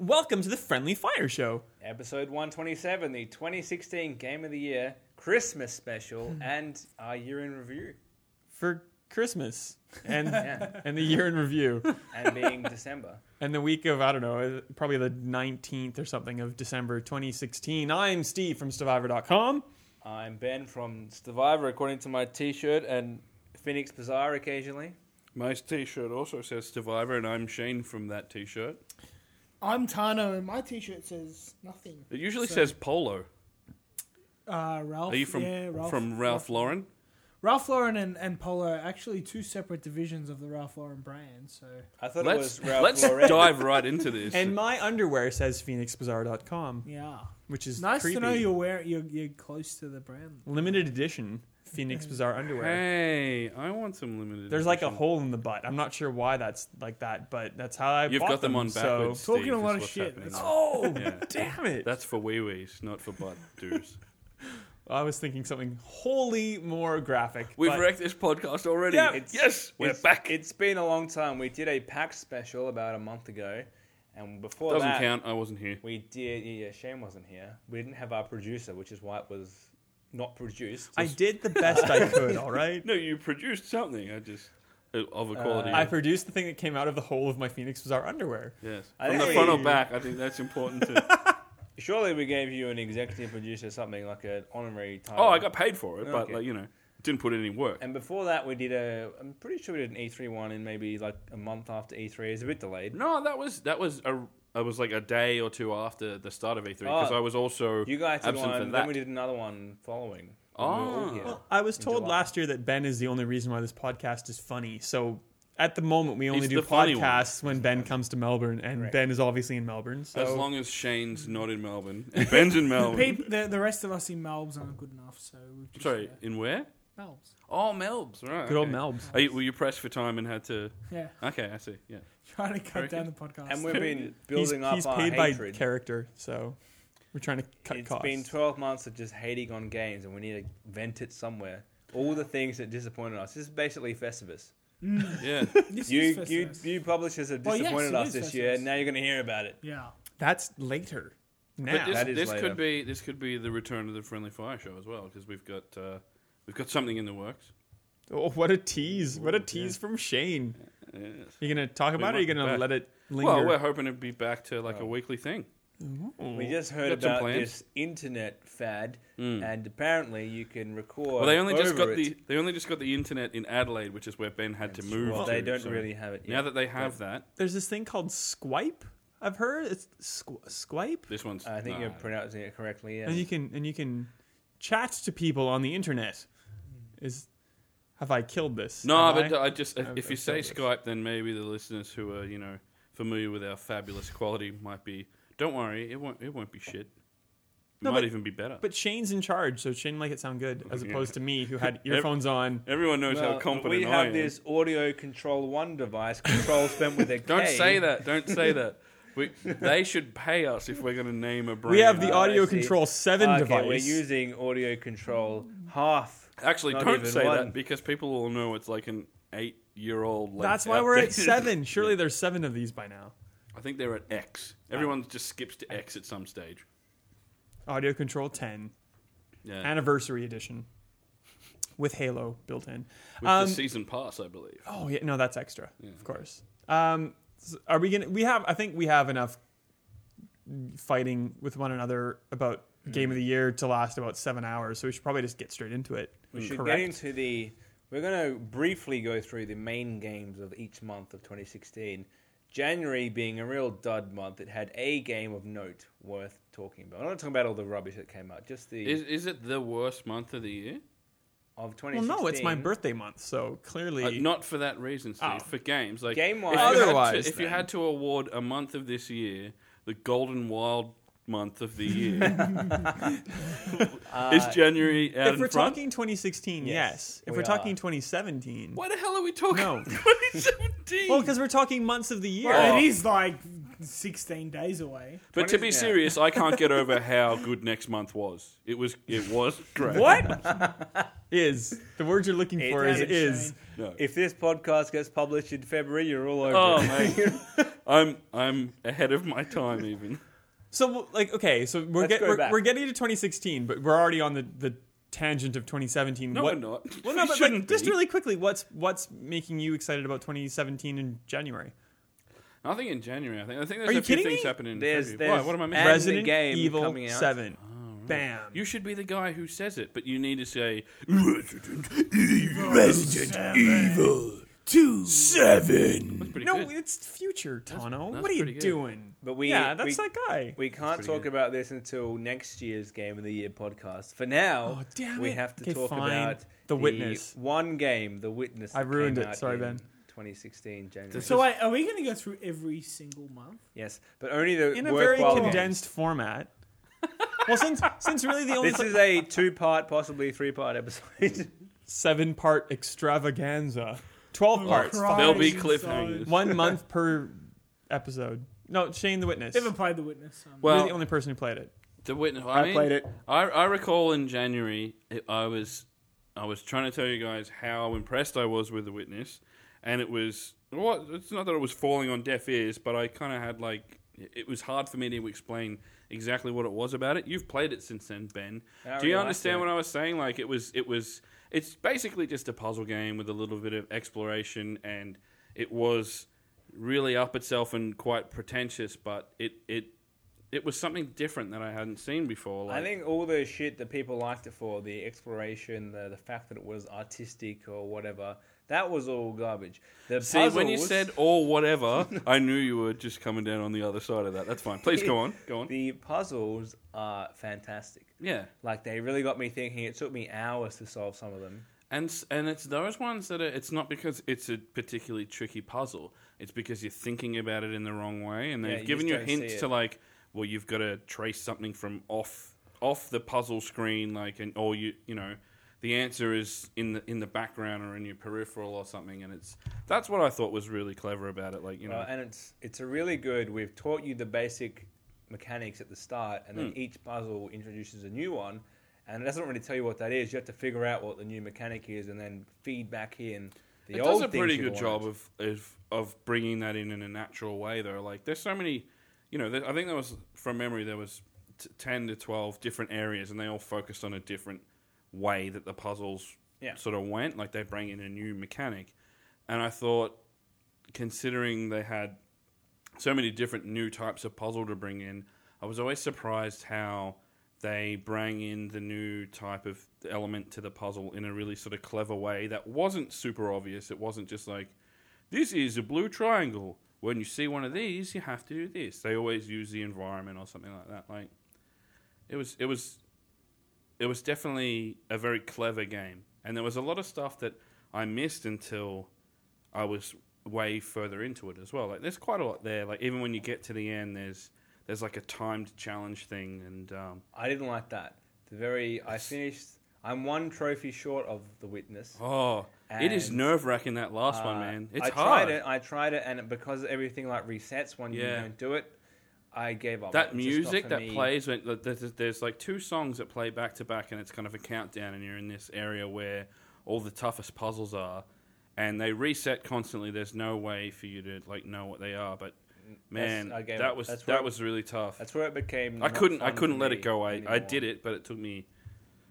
Welcome to the Friendly Fire Show. Episode 127, the 2016 Game of the Year Christmas special, and our year in review. for Christmas and Yeah. and the year in review And being December. and the week of I don't know probably the 19th or something of December 2016. I'm Steve from survivor.com. I'm Ben from Survivor, according to my t shirt, and Phoenix Bazaar occasionally. My T-shirt also says Survivor, and I'm Shane from that T-shirt. I'm Tano, and my T-shirt says nothing. It usually So- says Polo. Uh, Ralph. Are you from yeah, Ralph, from Ralph Lauren? Ralph Lauren and, and Polo are actually two separate divisions of the Ralph Lauren brand. So I thought Let's it was Ralph let's Lauren. dive right into this. And my underwear says phoenixbazaar.com, yeah, which is nice creepy. to know you're wearing you're, you're close to the brand. limited edition Phoenix Bazaar underwear. hey, I want some limited. There's like a edition. hole in the butt. I'm not sure why that's like that, but that's how I You've bought got them on so- backwards. Talking Steve, a lot is of what's shit. happening. That's- Oh, Yeah. damn it. That's for wee wees, not for butt doos. I was thinking something wholly more graphic. We've but- wrecked this podcast already. Yeah. It's- yes, we're it's, back. It's been a long time. We did a pack special about a month ago, and before Doesn't that, count. I wasn't here. we did. Yeah, yeah, Shane wasn't here. We didn't have our producer, which is why it was not produced. I did the best I could, all right? No, you produced something. I just of a quality. Uh, I produced the thing that came out of the hole of my Phoenix Bazaar underwear. yes, I from the think front or we- back. I think that's important to. Surely we gave you an executive producer, something like an honorary title. oh, I got paid for it, but Okay. like you know, didn't put in any work. And before that, we did a. I'm pretty sure we did an E3 one in maybe like a month after E E3. It's a bit delayed. No, that was that was a I was like a day or two after the start of E3 because Oh. I was also You guys did absent one, from then that. we did another one following. Ah. Well, I was In told July. last year that Ben is the only reason why this podcast is funny. So at the moment, we only He's do the funny one. podcasts when Ben comes to Melbourne, and Right. Ben is obviously in Melbourne. So As long as Shane's not in Melbourne and Ben's in The, Melbourne. peop, the the rest of us in Melbs aren't good enough, so we've just, Sorry, uh, in where? Melbs. Oh, Melbs, right? good old okay. Melbs. Are you, were you pressed for time and had to? Yeah, Okay, I see. Yeah, trying to cut Very down the podcast. And we've been He's, building up he's our paid hatred. by character, so we're trying to cut It's costs. been 12 months of just hating on games, and we need to vent it somewhere. All the things that disappointed us. This is basically Festivus. yeah. This You, is first you, verse. you publishers have Well, yes, disappointed it us is this Festivus. year, and now you're going to hear about it. yeah. That's later. Now but this, That is this later. could be this could be the return of the Friendly Fire Show as well because we've got uh, we've got something in the works. Oh, what a tease! What a tease from Shane. Yes. You gonna talk about it? Or might you be gonna back. let it linger? Well, we're hoping to be back to Oh. like a weekly thing. We just heard Got some about plans. this internet fad, and apparently you can record. Hmm. Well, they only just got over the it. they only just got the internet in Adelaide, which is where Ben had to move. Well, to, they don't so really have it yet. Now that they have that, There's this thing called Skype. I've heard it's squ- Skype. this one's. Uh, I think nah. you're pronouncing it correctly. Yeah. and you can and you can chat to people on the internet. Is have I killed this? Have No, but I? I, just I've- if you I've say said this. Skype, then maybe the listeners who are you know familiar with our fabulous quality might be. Don't worry, it won't it won't be shit. It No, might but- even be better. but Shane's in charge, so Shane make it sound good, as Yeah. opposed to me who had earphones on. Everyone knows Well, how competent we I have am. this audio control one device, control spent with a Don't K. say that. Don't say that. We, they should pay us if we're going to name a brand. Uh, We have the Oh, I audio see. control seven okay, device. We're using audio control half. Actually, Not don't even say one. that because people will know it's like an eight-year-old. like, That's why we're at outdated- seven. Surely there's seven of these by now. I think they're at X. Everyone just skips to X at some stage. Audio control ten Yeah, anniversary edition with Halo built in. with Um, the season pass, I believe. Oh yeah, no, that's extra, of course. Um, s- are we gonna? We have. I think we have enough fighting with one another about Hmm. game of the year to last about seven hours. So we should probably just get straight into it. We should Correct. get into the. We're going to briefly go through the main games of each month of 2016. January being a real dud month, it had a game of note worth talking about. I'm not talking about all the rubbish that came out, just the Is is it the worst month of the year? of 2016. well, no, it's my birthday month, so clearly Uh, not for that reason, Steve. Oh. For games, like Game-wise- if you had to- Otherwise, if you then. had to award a month of this year, the Golden Wild month of the year, is January out Uh, If in we're front? talking 2016, yes. Yes, If we we are talking are. 2017, Why the hell are we talking No. 2017? well, because we're talking months of the year. Well, it is like 16 days away. But to 20s be yeah. serious, I can't get over how good next month was. It was it was great. What is the word you're looking It for? Is is. is No. If this podcast gets published in February, you're all over. Oh it. mate, I'm I'm ahead of my time even. so like okay? So we're Let's get, go we're, back. we're getting to 2016, but we're already on the the tangent of 2017. No, What- we're not. Well, no, We but, shouldn't but just be. really quickly, what's what's making you excited about 2017 in January? Nothing in January. I think. I think there's Are you a few kidding things me? happening. in There's- February. Why? there's What am I And missing? the Resident game Evil coming out. Oh. Seven. Bam. You should be the guy who says it, but you need to say Seven. Two seven. that's pretty no, good. it's future, Tano. that's what are you pretty good. doing? But we- yeah, that's we- that guy. We can't pretty talk good. about this until next year's Game of the Year podcast. For now, Oh, damn we it. have to Okay, talk fine. about The Witness. One game, The Witness. I that ruined came it. out Sorry, in Ben. 2016 January. This So, wait, are we going to go through every single month? yes, but only the in a very worthwhile games. condensed format. well, since since really the only This is a two-part, possibly three-part episode. seven part extravaganza, twelve parts, Oh, Christ, five- There'll be so- cliffhangers. one month per episode. No, Shane the Witness. Never played The Witness. Um, Well- You're the only person who played it. The witness. I, mean, played it. I, I recall in January, it, I was I was trying to tell you guys how impressed I was with the witness, and it was what it's not that it was falling on deaf ears, but I kind of had like it was hard for me to explain exactly what it was about it. You've played it since then, Ben. I Do you really understand liked it. what I was saying? Like it was it was it's basically just a puzzle game with a little bit of exploration, and it was really up itself and quite pretentious, but it it it was something different that I hadn't seen before. Like, I think all the shit that people liked it for, the exploration, the, the fact that it was artistic or whatever, that was all garbage. The See, when you puzzles- said or whatever, I knew you were just coming down on the other side of that. That's fine. Please go on. Go on. the puzzles are fantastic. Yeah, Like they really got me thinking. It took me hours to solve some of them. and s- and it's those ones that are, it's not because it's a particularly tricky puzzle. It's because you're thinking about it in the wrong way, and Yeah, they've you given just you don't see hints it. to like, well, you've got to trace something from off off the puzzle screen, like, and or you you know, the answer is in the in the background or in your peripheral or something, and it's that's what I thought was really clever about it. Like, you know, Well, and it's it's a really good. We've taught you the basic mechanics at the start, and Hmm. then each puzzle introduces a new one, and it doesn't really tell you what that is. You have to figure out what the new mechanic is, and then feed back in the it old. does a things pretty you good learned. job of, of of bringing that in in a natural way though like there's so many you know there, i think there was from memory there was t- 10 to 12 different areas and they all focused on a different way that the puzzles Yeah. sort of went like they bring in a new mechanic and i thought considering they had so many different new types of puzzle to bring in, I was always surprised how they bring in the new type of element to the puzzle in a really sort of clever way that wasn't super obvious. It wasn't just like, this is a blue triangle. When you see one of these, you have to do this. They always use the environment or something like that. Like, it was, it was, it was definitely a very clever game, and there was a lot of stuff that I missed until I was way further into it as well. Like there's quite a lot there. Like even when you get to the end, there's there's like a timed challenge thing, and um, I didn't like that. The very I finished. I'm one trophy short of the witness. oh, it is And, nerve wracking that last one, Uh, man. I It's hard. tried it. I tried it, and it, because everything like resets when you Yeah. don't do it, I gave up. That It's just not music for that me. plays when like, there's, there's like two songs that play back to back, and it's kind of a countdown, and you're in this area where all the toughest puzzles are, and they reset constantly. There's no way for you to like know what they are, but man, I gave that up. was That's where- that was really tough. That's where it became. I not couldn't. I fun for couldn't let me it go. I, I anymore. did it, but it took me.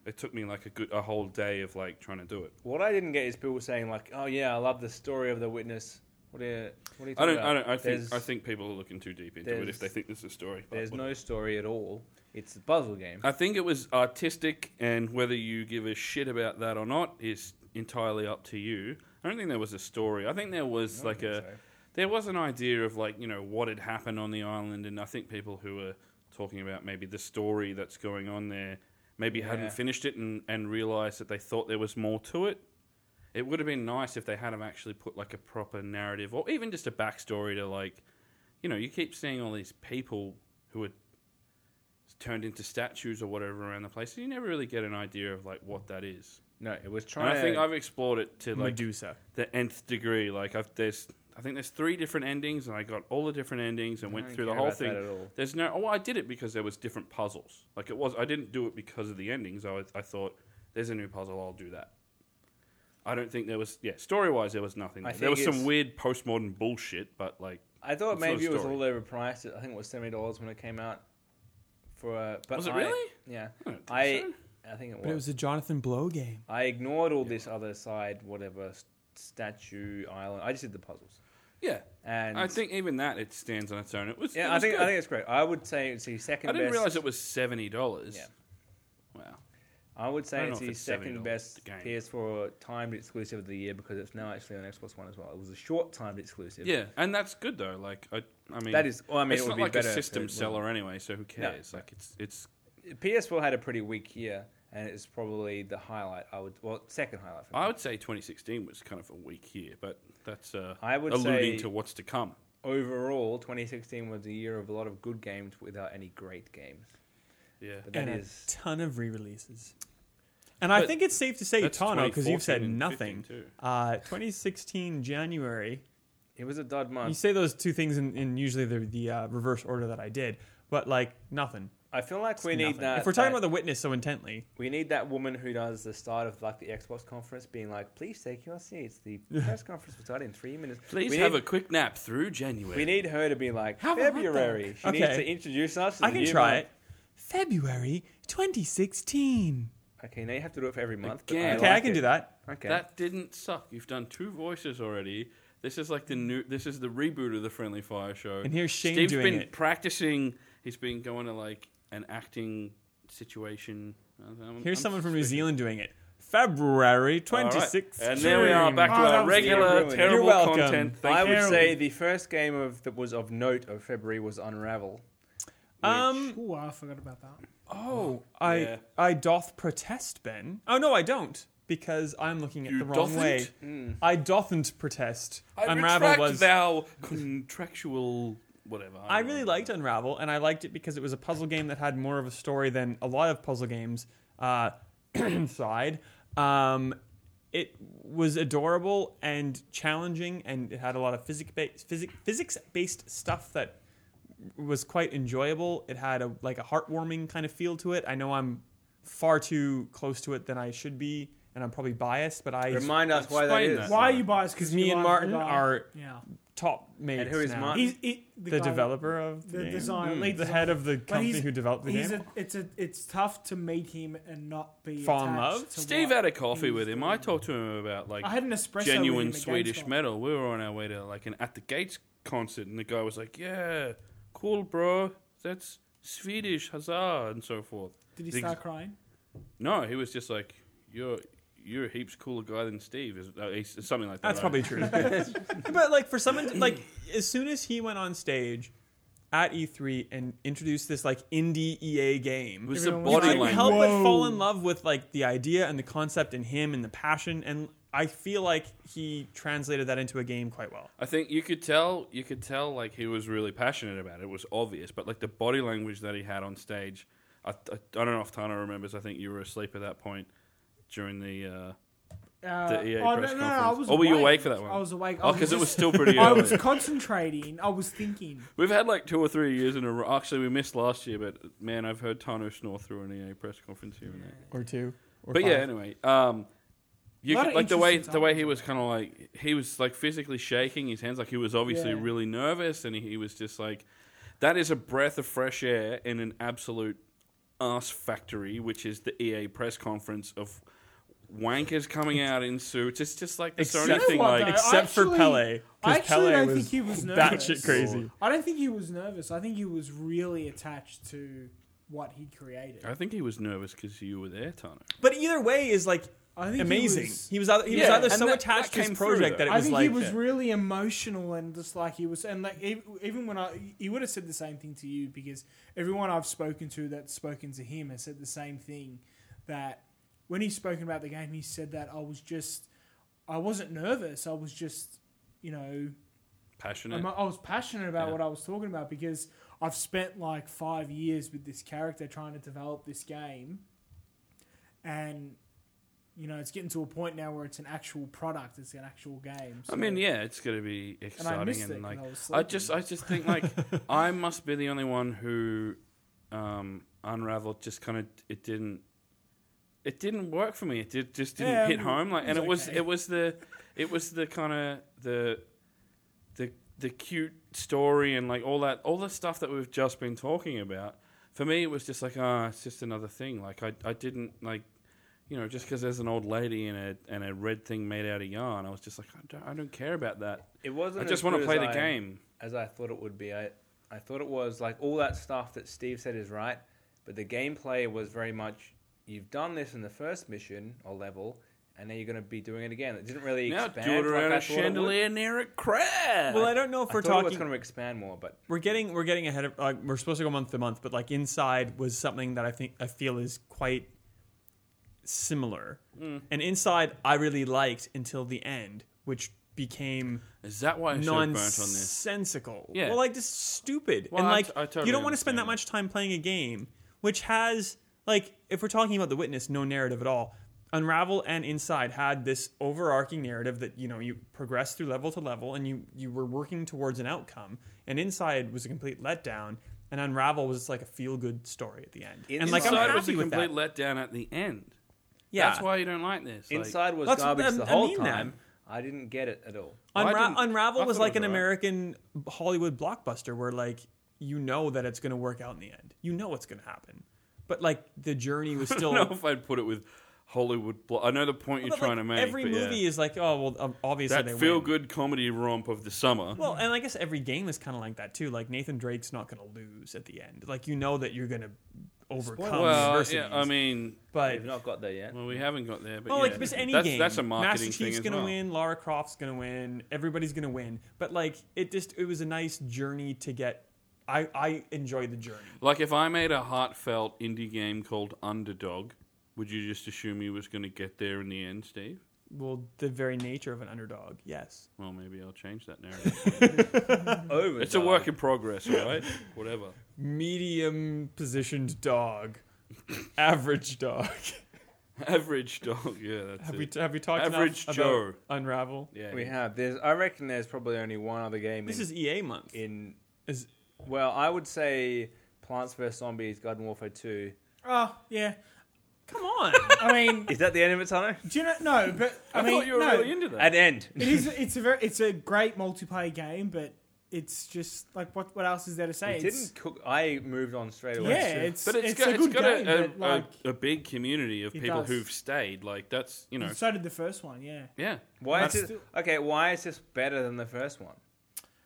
It took me like a good a whole day of like trying to do it. What I didn't get is people saying like, "Oh yeah, I love the story of the witness." What are you, what are you I talking don't. I about? don't. I think. There's- I think people are looking too deep into it if there's- they think this is a story. but There's what- no story at all. It's a puzzle game. I think it was artistic, and whether you give a shit about that or not is entirely up to you. I don't think there was a story. I think there was like a. There was an idea of like you know what had happened on the island, and I think people who were talking about maybe the story that's going on there maybe Yeah. hadn't finished it and, and realized that they thought there was more to it. It would have been nice if they had have actually put like a proper narrative or even just a backstory to like, you know, you keep seeing all these people who are turned into statues or whatever around the place, and you never really get an idea of like what that is. No, it was And trying. I think to, I've explored it to like Medusa. the nth degree. Like I've there's I think there's three different endings, and I got all the different endings and went don't through the care whole about thing. that at all. There's no. Oh, I did it because there was different puzzles. Like it was. I didn't do it because of the endings. I, was- I thought there's a new puzzle. I'll do that. I don't think there was. Yeah, story wise, there was nothing. I There, there was think it's- some weird postmodern bullshit, but like I thought It's not maybe a it was a story. little overpriced. I think it was seventy dollars when it came out. For a, but Was it I- really? Yeah, I don't think I so. I think it was. But it was a Jonathan Blow game. I ignored all this other side, whatever s- statue island. I just did the puzzles, yeah. and I think even that it stands on its own. It was. it yeah, I was think I good. think it's great. I would say it's the second. I didn't best, realize it was seventy dollars. Yeah. Wow. I would I say don't it's know if the it's $70 second best game. PS4 timed exclusive of the year because it's now actually on Xbox One as well. It was a short timed exclusive. Yeah, and that's good though. Like I, I mean, That is- well, I mean, it's it would not be like better a if system it was- seller anyway. So who cares? Like it's it's PS4 had a pretty weak year, and it's probably the highlight. I would well second highlight. For me. I would say 2016 was kind of a weak year, but that's uh, I would alluding say- to what's to come. Overall, 2016 was a year of a lot of good games without any great games. Yeah, But that and is- a ton of re-releases. And I But think it's safe to say that's Tano because you've said 2014 and nothing. 15 too. Uh, 2016 January. It was a dud month. You say those two things in, in usually the, the uh, reverse order that I did, but like nothing. I feel like we need Nothing. that. If we're talking that- about the witness so intently, we need that woman who does the start of like the Xbox conference, being like, "Please take your seats. The press conference will start in three minutes. Please we have need, a quick nap through January. We need her to be like Have a hot February. She Okay. needs to introduce us. To I the can new try month. it. February 2016. Okay, now you have to do it for every month. but Again. I okay, I like can it. do that. Okay, That didn't suck. You've done two voices already. This is like the new. This is the reboot of the Friendly Fire Show. And here's Shane Steve's doing been it. practicing. He's been going to like an acting situation. I'm- Here's I'm someone from New suspicious. Zealand doing it. February All right. 2016. And there we are back to Oh, that our was really regular ruined. You're terrible welcome. content. Thank I you. would say the first game of that was of note of February was Unravel. Um, Ooh, I forgot about that. Oh, I Yeah. I doth protest, Ben. Oh no, I don't, because I'm looking at You the wrong way. Hmm. I dothn't protest. I Unravel retract was. thou contractual whatever. Um, I really liked Unravel, and I liked it because it was a puzzle game that had more of a story than a lot of puzzle games. Uh, side, um, it was adorable and challenging, and it had a lot of physics physic, physics based stuff that was quite enjoyable. It had a like a heartwarming kind of feel to it. I know I'm far too close to it than I should be, and I'm probably biased, but I Remind us why that Explain is. that. Why are you biased? 'Cause me you and like the Martin guy. are- yeah. top mates. And who is Hmm. now. Martin? He's he, the, the guy- developer of the, the game. designer, Mm. lead the designer. head of the but company he's- who developed the he's game. A, it's a it's tough to meet him and not be Fall in attached love? to Steve what had a coffee he's with him. I doing. talked to him about like I had an espresso. genuine with him at Swedish Gamescom. metal. We were on our way to like an At the Gates concert, and the guy was like, "Yeah, cool, bro. That's Swedish, huzzah, and so forth." Did he The ex- start crying? No, he was just like, "You're you're a heaps cooler guy than Steve," is uh, he's- something like that. That's I- probably true. but like for someone to, like as soon as he went on stage at E3 and introduced this like indie EA It game, was the Everyone was you body couldn't language. help but Whoa. fall in love with like the idea and the concept in him and the passion and I feel like he translated that into a game quite well. I think you could tell you could tell like he was really passionate about it. It was obvious, but like the body language that he had on stage, I, I, I don't know if Tana remembers. I think you were asleep at that point during the. Uh, Uh, The EA oh, press no, no, no, I conference. was Or were you awake. awake for that one? I was awake. I oh, because it was just- still pretty I early. was concentrating. I was thinking. We've had like two or three years in a row. Actually, we missed last year, but man, I've heard Tano snore through an EA press conference here and there. Or two. Or But five. yeah, anyway, um, you Lot could, of like the way interesting the way times. he was kind of like he was like physically shaking his hands, like he was obviously Yeah. really nervous, and he, he was just like, that is a breath of fresh air in an absolute ass factory, which is the EA press conference of wankers coming out in suits. It's just like the Except- Sony thing, You know what, like. though? except for Actually- Pele, I because actually Pele don't was think he was batshit nervous. crazy. I don't think he was nervous. I think he was really attached to what he created. Uh, I think he was nervous because you were there, Tano. But either way is like I think amazing. He He was, was, either, he was Yeah, either and so that- attached that to came his through, project though. that it I was think like he was really emotional and just like he was, and like ev- even when I, he would have said the same thing to you because everyone I've spoken to that's spoken to him has said the same thing that when he's spoken about the game, he said that I was just, I wasn't nervous. I was just, you know, Passionate. I'm, I was passionate about Yeah. what I was talking about because I've spent like five years with this character trying to develop this game, and you know, it's getting to a point now where it's an actual product. It's an actual game. I so- mean, yeah, it's going to be exciting, and, missed it 'cause like, I was I, just, I just think like I must be the only one who um, unraveled. Just kind of, it didn't, it didn't work for me. It did, just didn't Yeah, hit it home. Like, and it was was, okay. it was the, it was the kind of the, the, the cute story and like all that, all the stuff that we've just been talking about. For me, it was just like, ah, it's just another thing. Like, I, I didn't like you know, just because there's an old lady and a and a red thing made out of yarn, I was just like, I don't, I don't care about that. It wasn't. I just as want good to play as the I- game. as I thought it would be. I I thought it was like all that stuff that Steve said is right, but the gameplay was very much you've done this in the first mission or level, and now you're going to be doing it again. It didn't really Now do expand. it like around I a thought it would. chandelier near a crab. Well, I don't know I if we're thought it was talking. going to expand more, but We're getting we're getting ahead of like we're supposed to go month to month, but like inside was something that I think I feel is quite similar. And inside I really liked until the end, which became Is that why I should have burnt on this? nonsensical. Yeah. Well, like just stupid. Well, and I like t- I totally you don't want to spend that understand much time playing a game which has like if we're talking about the witness, no narrative at all. Unravel and Inside had this overarching narrative that you know you progress through level to level and you you were working towards an outcome. And Inside was a complete letdown, and Unravel was just like a feel good story at the end. and like I'm Inside happy was a with complete that. letdown at the end. yeah, that's why you don't like this. Like, inside was That's- garbage I- the I whole mean that. time. I didn't get it at all. Well, I Unra- didn't- I Unravel was thought it like was an alright. American Hollywood blockbuster where like you know that it's going to work out in the end. You know what's going to happen, but like the journey was I still. don't know if I'd put it with Hollywood. Blo- I know the point you're but, trying like, to make. Every but movie yeah. is like, oh well, um, obviously that they win. feel good comedy romp of the summer. Well, and I guess every game is kind of like that too. Like Nathan Drake's not going to lose at the end. Like you know that you're going to overcome well adversities. yeah, I mean, but We've not got there yet. well, we haven't got there, but Well, yeah. Oh, like it's any that's, game. That's a marketing Master Chief's thing gonna as well. win. Lara Croft's gonna win. Everybody's gonna win. But like, it just it was a nice journey to get. I I enjoyed the journey. Like if I made a heartfelt indie game called Underdog, would you just assume you was going to get there in the end, Steve? Well, the very nature of an underdog. Yes. Well, maybe I'll change that narrative. Over. it's a dog. uh, work in progress, all right? Whatever. Medium positioned dog. Average dog. Average dog. Yeah, that's Have we it. have we talked Average enough Joe. about Unravel? yeah. We have. There's. I reckon there's probably only one other game. This in, is EA month. in. Is- Well, I would say Plants vs Zombies, Garden Warfare Two. Oh yeah. Come on. I mean, Is that the end of it, Tano? do you know? No, but I, I, mean, thought you were no. really into that. At end. it is. It's a very. It's a great multiplayer game, but it's just like what. What else is there to say? It It's- didn't cook. I moved on straight away. Yeah, it's but it's, it's got, a it's good got game. a, a, but like, a, a big community of It people does. who've stayed. Like that's you know, so did the first one. Yeah. yeah. Why is That's this, okay? Why is this better than the first one?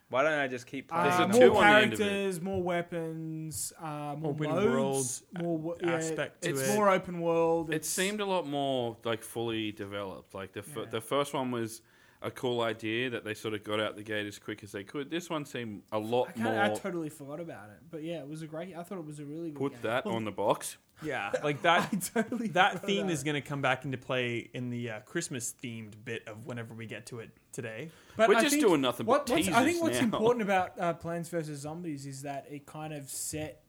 Why don't I just keep playing? There's Uh, a them? two more on the end of it. characters, more weapons, uh, more Open modes, world more wo- yeah, aspect to it's it. more open world. It It's, seemed a lot more like fully developed. Like the f- Yeah. the first one was a cool idea that they sort of got out the gate as quick as they could. This one seemed a I, lot can't, I more. totally forgot about it, but yeah, it was a great. I thought it was a really good. Put game. that on the box. yeah. Like I that. totally that forgot theme about is it. going to come back into play in the uh, Christmas themed bit of whenever we get to it today. But We're I just think doing nothing but what's- I think teasers what's now. important about uh, Plants vs Zombies is that it kind of set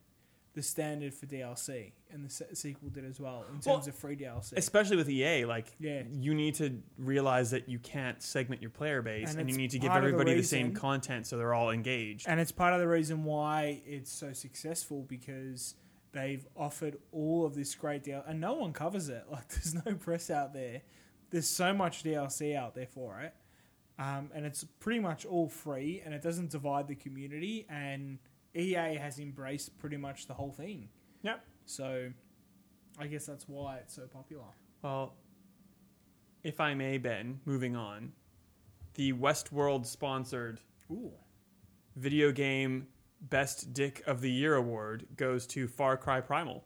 the standard for DLC, and the se- sequel did as well in terms Well, of free DLC. Especially with EA, like Yeah. you need to realize that you can't segment your player base, And and, you it's need to give part of the everybody the, same reason- content so they're all engaged. And it's part of the reason why it's so successful because they've offered all of this great deal, and no one covers it. Like, there's no press out there. There's so much DLC out there for it, um, and it's pretty much all free, and it doesn't divide the community. And EA has embraced pretty much the whole thing. Yep. So, I guess that's why it's so popular. Well, if I may, Ben, moving on, the Westworld sponsored Ooh. video game Best Dick of the Year award goes to Far Cry Primal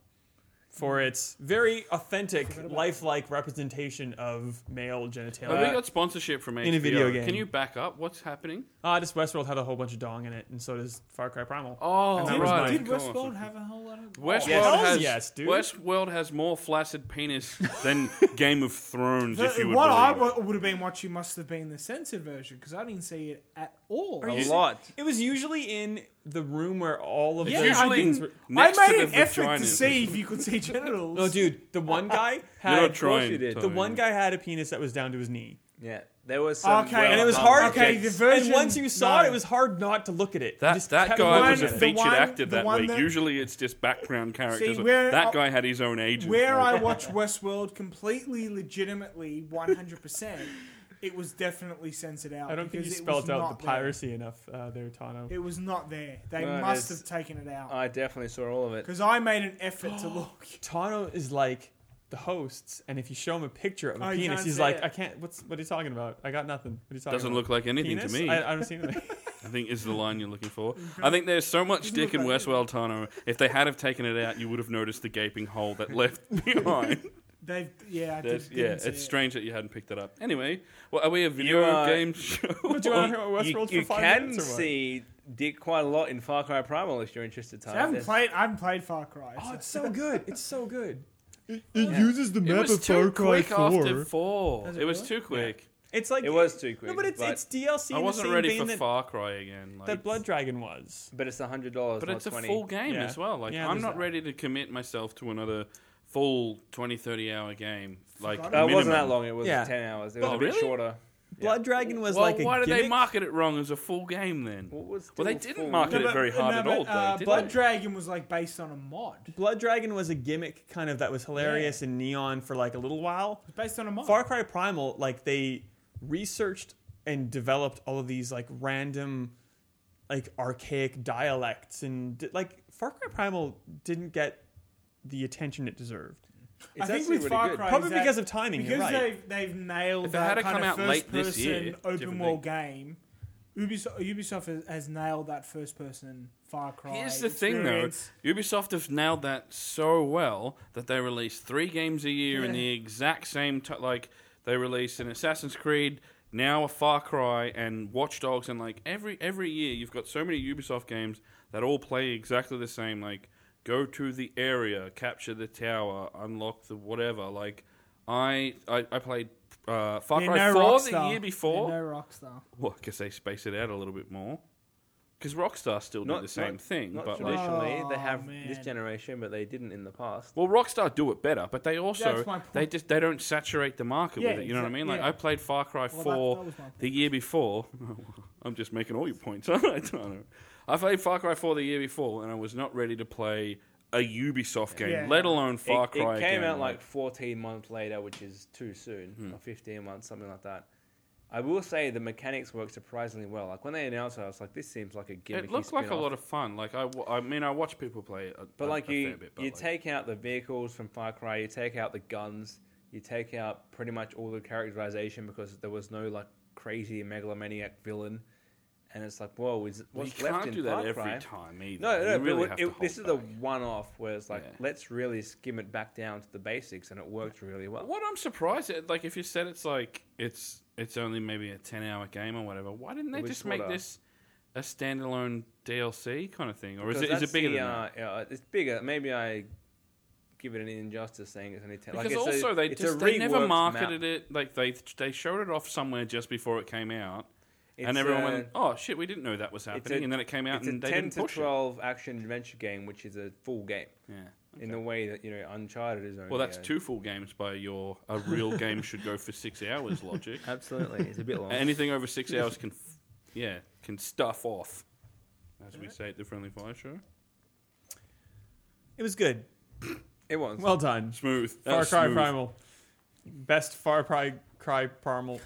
for Mm-hmm. its very authentic, lifelike representation of male genitalia. Have we got sponsorship from HBO? in a video game. Can you back up? What's happening? Ah, just Westworld had a whole bunch of dong in it, and so does Far Cry Primal. Oh, And that Did, was right. mine. did Come on. Westworld have a whole lot of Westworld Yes. has Yes, dude. Westworld has more flaccid penis than Game of Thrones. if The- you would what I believe it. wa- would have been watching must have been the censored version because I didn't see it at all. A you- lot. It was usually in the room where all of It's the Yeah, I usually didn't- n- I next made to an the effort vagina. to see if you could see genitals. No, dude, the one guy You're not had trying. you did. the Tony. one guy had a penis that was down to his knee, Yeah, there was some. Okay, Oh, well and it was done hard. Okay, objects. the version- and once you saw it, no. it was hard not to look at it. You That just that kept guy looking was a at it. the featured one- actor the that one week. that- Usually, it's just background characters. where that I- guy had his own agent. Where like, I watched Westworld completely legitimately 100%, it was definitely censored out. I don't think because you it was spelled out the not there. piracy enough uh, there, Tano. It was not there. They No, must there's- have taken it out. I definitely saw all of it. Because I made an effort to look. Tano is like the hosts, and if you show him a picture of a Oh, you penis, can't he's see like, it. "I can't. What's what are you talking about? I got nothing. What are you talking doesn't about? look like anything penis? to me. I, I, I don't see anything. think is the line you're looking for. I think there's so much dick in Westworld Tano. If they had have taken it out, you would have noticed the gaping hole that left behind. They've, yeah, I did, That's- didn't yeah, see it's it. strange that you hadn't picked that up. Anyway, well, are we a video are- game show? do you want to hear about Westworld you for five can minutes or what? see dick quite a lot in Far Cry Primal if you're interested. So Tyler. I haven't There's- played. I haven't played Far Cry. Oh, so- it's so good. It's so good. It uses the It map was of too Far Cry quick 4. after four. It was too quick. It's like It was too quick. No, but it's it's DLC. I in the wasn't same ready vein for that, Far Cry again. Like, that Blood Dragon was. but it's hundred dollars, but not it's a twenty. full game Yeah. as well. Like Yeah, I'm there's not that. ready to commit myself to another full 20, 30 hour game. Like Forgot Uh, it wasn't minimum. that long. It was Yeah. ten hours. It was Oh, a bit really? shorter. Blood Dragon was well, like a why did they gimmick. market it wrong as a full game then? Well, it's Well, they still didn't full. market No, it very but- hard no, at but, all, though. uh, did Blood they? Dragon was like based on a mod. Blood Dragon was a gimmick kind of that was hilarious and neon for like a little while. It's based on a mod. Far Cry Primal, like they researched and developed all of these like random, like archaic dialects and di- like Far Cry Primal didn't get the attention it deserved. It's I think actually with really Far good. Cry, Probably is that because of timing, you're Because right. they've they've nailed If it that had to kind come of out late this first-person year, open different world game. Ubisoft, Ubisoft has, has nailed that first person Far Cry. Here's the thing, though. Oh, experience. Ubisoft have nailed that so well that they release three games a year in Yeah. the exact same t- like they release an Assassin's Creed, now a Far Cry, and Watch Dogs, and like every every year you've got so many Ubisoft games that all play exactly the same. Like go to the area, capture the tower, unlock the whatever. Like I I, I played uh, Far They're Cry no Four the Rockstar. year before. They're no Rockstar. Well, I guess they space it out a little bit more. Because Rockstar still did Not the same not- thing, Not but like, traditionally, they Oh, have this man. generation, but they didn't in the past. well, Rockstar do it better, but they also That's my point. they just they don't saturate the market Yeah, with it. You know what I exact- mean? Like yeah. I played Far Cry that- Four that was my point. the year before. I'm just making all your points, aren't I? Tano? I played Far Cry Four the year before, and I was not ready to play a Ubisoft game, Yeah. let alone Far it, Cry. it came game. out like 14 months later, which is too soon, Hmm. or 15 months, something like that. I will say the mechanics work surprisingly well. Like when they announced it, I was like, "This seems like a gimmick." it looked like a lot of fun. Like I, w- I mean, I watch people play it, a, But a- like a you, fair bit, but you like- take out the vehicles from Far Cry, you take out the guns, you take out pretty much all the characterization because there was no like crazy megalomaniac villain, and it's like, whoa, is well, you what's left can't in do that Far every Cry? time either. No, no, you but really it- have it- to hold this is a back. one-off where it's like, Yeah. let's really skim it back down to the basics, and it worked really well. What I'm surprised at, like, if you said it's like it's it's only maybe a ten hour game or whatever, why didn't they It was just make shorter. this a standalone DLC kind of thing, or is it Because is it that's bigger the, than uh, that? yeah, it's bigger. Maybe I give it an injustice saying it's only ten. Because uh, like it's also a, they it's just a they never reworked marketed map. it. Like they they showed it off somewhere just before it came out, and It's, everyone uh, went, "Oh shit, we didn't know that was It's happening," a- and then it came out it's a and they 10 didn't to push 12 action adventure game, which is a full game it. Yeah. in the way that you know Uncharted is only. uh, Well, that's a- two full games by your a real game should go for six hours logic. Absolutely, it's a bit long. Anything over six hours can, f- yeah, can stuff off, as we say at the Friendly Fire Show. It was good. it was Well done. Smooth. That Far was Cry smooth. Primal, best Far Cry Cry Primal.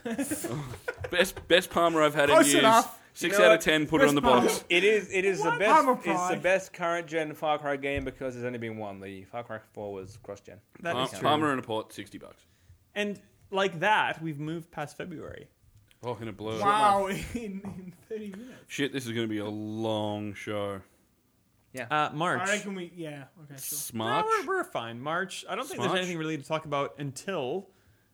Best best Palmer I've had in Close years. enough. Six You know out of what? ten. Put it Best on the Palmer. box. It is. It is the What? best. I'm a It's the pride. best current gen Far Cry game because there's only been one. The Far Cry Four was cross gen. That Pal- is true. Palmer in a pot, sixty bucks. And like that, we've moved past February. Oh, in a blur. Wow, in, in 30 minutes. Shit, this is going to be a long show. Uh, I March. reckon we, yeah, okay, No, sure. Smart. we're, we're fine. March. I don't think there's Smarch? anything really to talk about until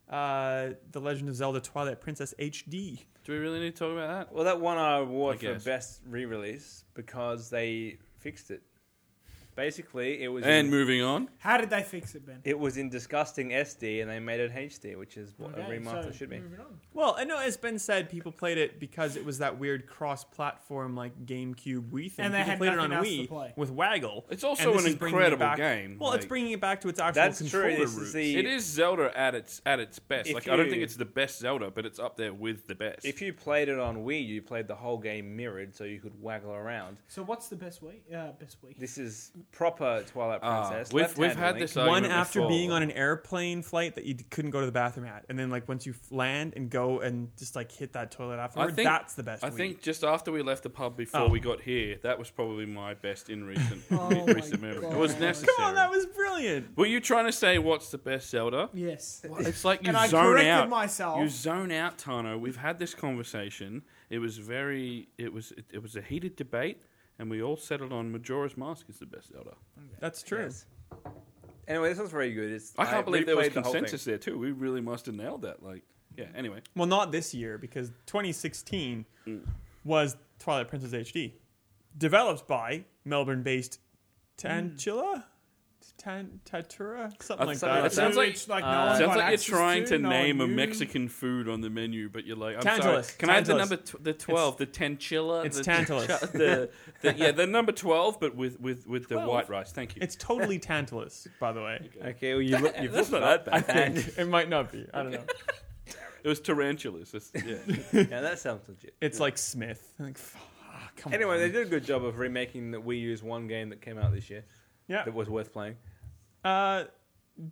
uh, The Legend of Zelda Twilight Princess HD. Do we really need to talk about Well, that won our I award for guess. best re-release because they fixed it. Basically, it was And in, moving on. How did they fix it, Ben? it was in disgusting SD, and they made it HD, which is what a remaster so should be. moving on. Well, I know as Ben said, people played it because it was that weird cross-platform like GameCube Wii thing. And they people had played it on nothing else Wii to play. with Waggle. It's And also this an is bringing it incredible back- game. Well, it's like- bringing it back to its actual That's true, controller this is roots. the- It is Zelda at its at its best. If Like I don't you- think it's the best Zelda, but it's up there with the best. If you played it on Wii, you played the whole game mirrored, so you could waggle around. So what's the best way? Uh, best way. This is proper Twilight Ah, Princess. we've, we've left-handed had link. this uh, one argument after before. being on an airplane flight that you d- couldn't go to the bathroom at, and then like once you f- land and go and just like hit that toilet I afterward, think that's the best. I Wii. think just after we left the pub before Oh. we got here, that was probably my best in recent Oh re- my recent memory. It God. was Come on, necessary. Come on, that was brilliant. Were you trying to say what's the best Zelda? Yes. It's like you And I zone corrected out. myself. You zone out, Tano. We've had this conversation. It was very. It was. It, it was a heated debate, and we all settled on Majora's Mask is the best Zelda. That's true. Yes. Anyway, this one's very good. It's, I can't believe there was replayed the whole thing. consensus there too. We really must have nailed that. Like, yeah. Anyway, Well, not this year because 2016 Mm. was Twilight Princess HD, developed by Melbourne-based Tantula, Tan Tatura, something I like thought it that. was Sounds Who like- it's like uh, no one sounds got like you're access trying to no one name a knew. Mexican food on the menu, but you're like, I'm Tantalus. sorry. Can I have the Tantalus. number tw- the twelve, the tanchilla? It's the, Tantalus. The, the, yeah, the number twelve, but with with with the 12? white rice. Thank you. It's totally Tantalus, by the way. Okay, well, you, look- you've That's looked not it up. that bad. it might not be. I don't know. It was tarantulas. That's- yeah. Yeah, that sounds legit. It's like Smith. Like, fuck, come Anyway, on. they did a good job of remaking the Wii U's one game that came out this year yeah. that was worth playing. Uh,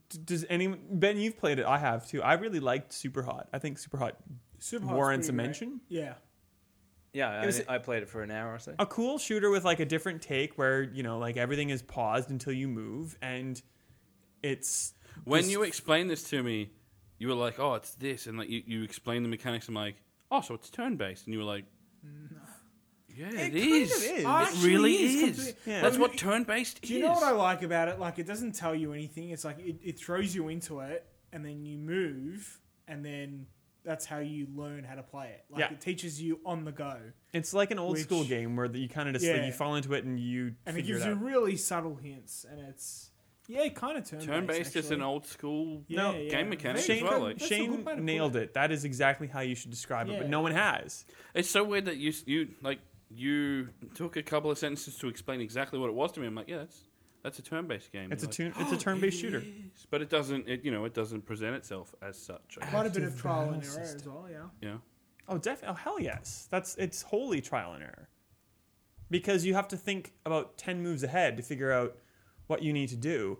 d- does anyone Ben? You've played it. I have too. I really liked Super Hot. I think Super Hot Super Hot's warrants a pretty great. mention. Yeah. Yeah, I, It was- I played it for an hour or so. A cool shooter with like a different take, where you know, like everything is paused until you move, and it's When just- you explained this to me, you were like, "Oh, it's this," and like you, you explained the mechanics. I'm like, "Oh, so it's turn based," and you were like, "Yeah, It it kind is. of is. Oh, It actually really is is. completely- Yeah. That's But what you- turn based is." Do you know what I like about it? Like, it doesn't tell you anything. It's like it, it throws you into it, and then you move, and then that's how you learn how to play it. Like, Yeah. it teaches you on the go, it's like an old Which- school game where that you kind of just like Yeah. you fall into it and you and figure it gives it you out. really subtle hints. And it's yeah, kind of turn based. turn based is an old school Yeah, no, yeah. game mechanic as Shane, well. Like, That's a Shane good way to put nailed it. That is exactly how you should describe it, but Yeah. no one has. It's so weird that you you like you took a couple of sentences to explain exactly what it was to me. I'm like, yeah, that's that's a turn-based game. It's a You're like, "Oh, turn. It's a turn-based shooter. "Yes," but it doesn't. It you know it doesn't present itself as such. I guess. Quite a bit of active trial and battle error as system. well. Yeah. Yeah. Oh, definitely. Oh, hell yes. That's it's wholly trial and error, because you have to think about ten moves ahead to figure out what you need to do,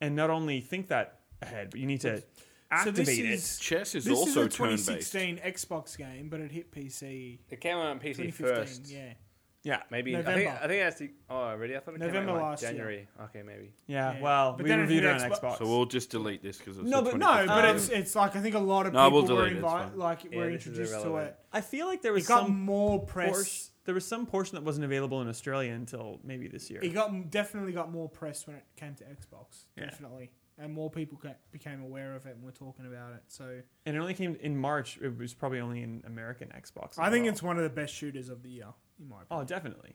and not only think that ahead, but you need to activate this it. is- Chess is this also is a turn-based. 2016 Xbox game, but it hit PC It came out on PC 2015. first. Yeah. yeah, Maybe I think November. I think that's the oh really I thought it came November out in, like, last year. January. Okay, maybe. yeah. Yeah. Well, But we then it reviewed it on hit Xbox. Xbox. So we'll just delete this because No, but No, but Um, it's it's like I think a lot of No, we'll people were delete it, it's invi- fine. like Yeah, were this is introduced to irrelevant. it. I feel like there It was got some more por- press. there was some portion that wasn't available in Australia until maybe this year. It got definitely got more press when it came to Xbox, Yeah. definitely, and more people ca- became aware of it and were talking about it. So And it only came in March. It was probably only in American Xbox. as I think well. it's one of the best shooters of the year, in my opinion. oh, definitely.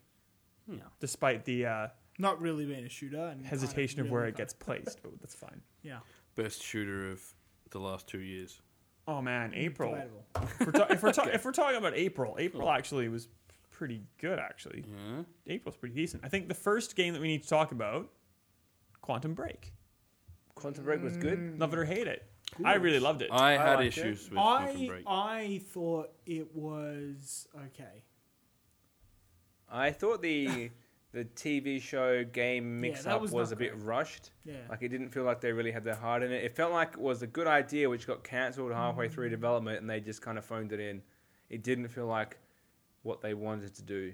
Yeah. Despite the uh, Not really being a shooter and hesitation kind of where really it gets placed, but that's fine. Yeah, best shooter of the last two years. Oh man, April. debatable. If we're, ta- if, we're ta- if we're talking about April, April actually was pretty good. Actually, Yeah. April's pretty decent. I think the first game that we need to talk about, Quantum Break. Quantum Break was Mm. good. Love it or hate it, I really loved it. I had liked it. issues with Quantum I Break. I thought it was okay. I thought the the TV show game Yeah, mix that up was, was a not bit great. rushed. Yeah, Like it didn't feel like they really had their heart in it. It felt like it was a good idea which got cancelled halfway through Mm. development and they just kind of phoned it in. It didn't feel like what they wanted to do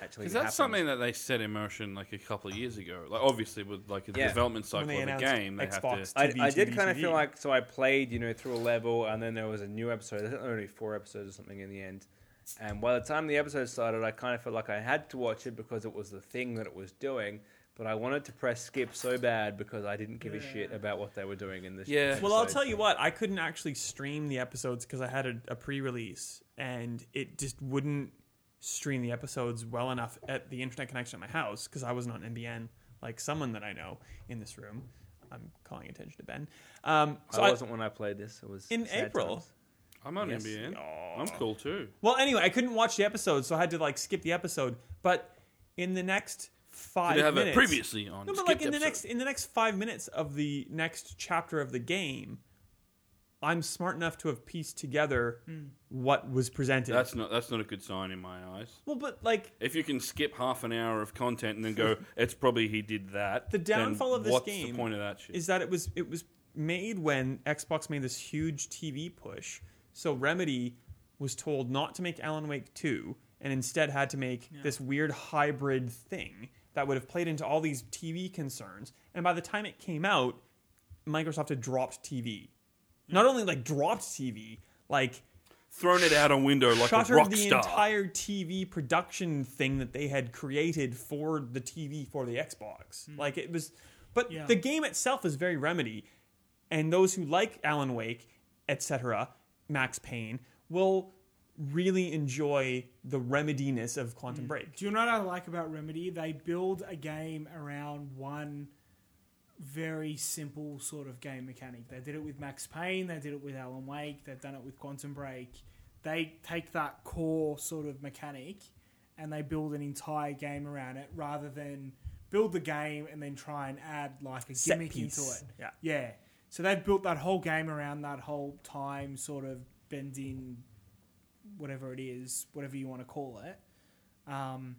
actually Because happened. that's something that they set in motion like a couple of years ago. Like obviously with like the Yeah. development cycle When they of the announced game, they have Xbox. to. I, TV, I did TV, kind of TV. feel like so I played you know through a level and then there was a new episode. I think there were only four episodes or something in the end. And by the time the episode started, I kind of felt like I had to watch it because it was the thing that it was doing. But I wanted to press skip so bad because I didn't give a shit about what they were doing in this. Yeah. Well, I'll episode. tell you what, I couldn't actually stream the episodes because I had a, a pre release and it just wouldn't stream the episodes well enough at the internet connection at my house because I wasn't on NBN like someone that I know in this room. I'm calling attention to Ben. Um, so I I- wasn't when I played this. It was In sad April. times. I'm on Yes. NBN. I'm cool too. well, anyway, I couldn't watch the episode, so I had to like skip the episode. But in the next five Did have minutes, it previously on? No, but skipped like in the episode. next in the next five minutes of the next chapter of the game, I'm smart enough to have pieced together what was presented. That's not that's not a good sign in my eyes. well, but like If you can skip half an hour of content and then go, it's probably he did that. The then downfall of this what's game the point of that shit? is that it was it was made when Xbox made this huge TV push. So Remedy was told not to make Alan Wake 2 and instead had to make this weird hybrid thing that would have played into all these TV concerns. And by the time it came out, Microsoft had dropped TV. Not only like dropped TV, like Thrown it out a window like a shuttered rock the star. entire TV production thing that they had created for the TV for the Xbox. Like it was, but Yeah. the game itself is very Remedy, and those who like Alan Wake, etc., Max Payne will really enjoy the remediness of Quantum Break. Do you know what I like about Remedy? They build a game around one very simple sort of game mechanic. They did it with Max Payne, they did it with Alan Wake, they've done it with Quantum Break. They take that core sort of mechanic and they build an entire game around it rather than build the game and then try and add like a Set gimmick into piece. it. Yeah. Yeah. So they've built that whole game around that whole time sort of bending, whatever it is, whatever you want to call it. Um,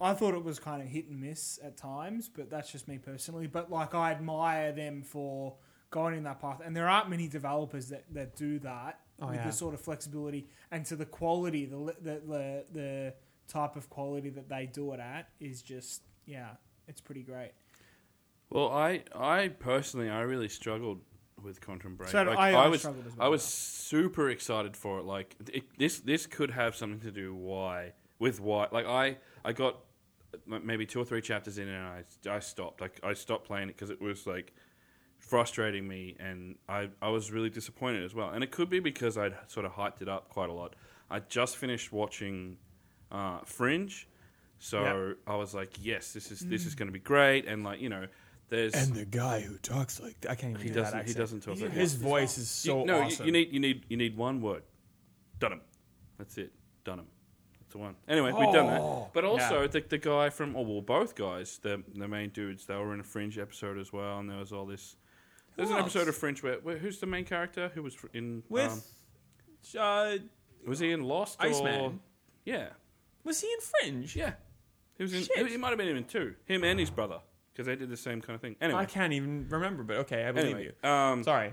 I thought it was kind of hit and miss at times, but that's just me personally. But like, I admire them for going in that path, and there aren't many developers that, that do that Oh, with yeah. the sort of flexibility and to the quality, the, li- the the the type of quality that they do it at is just yeah, it's pretty great. Well, I I personally I really struggled with Quantum Break. So did Like, I, I was struggled as well. I was super excited for it. Like it, this this could have something to do why with why. Like I I got m- maybe two or three chapters in and I I stopped. Like I stopped playing it because it was like frustrating me and I I was really disappointed as well. And it could be because I'd sort of hyped it up quite a lot. I just finished watching uh, Fringe. So I was like, yes, this is this is going to be great, and like you know, there's And the guy who talks like I can't even he do doesn't. that. He doesn't talk. Like His that. voice is You- so no, you- awesome. you need you need you need one word. Dunham. That's it. Dunham. That's the one. Anyway, we've done Oh. that. But also the, the guy from oh well, both guys, the the main dudes, they were in a Fringe episode as well, and there was all this. There's an else? episode of Fringe where, where who's the main character who was fr- in with um, uh, was he in Lost or Iceman. yeah was he in Fringe? yeah he was in Shit. he might have been in two him and his brother because they did the same kind of thing anyway I can't even remember, but okay, I believe anyway you. um, Sorry.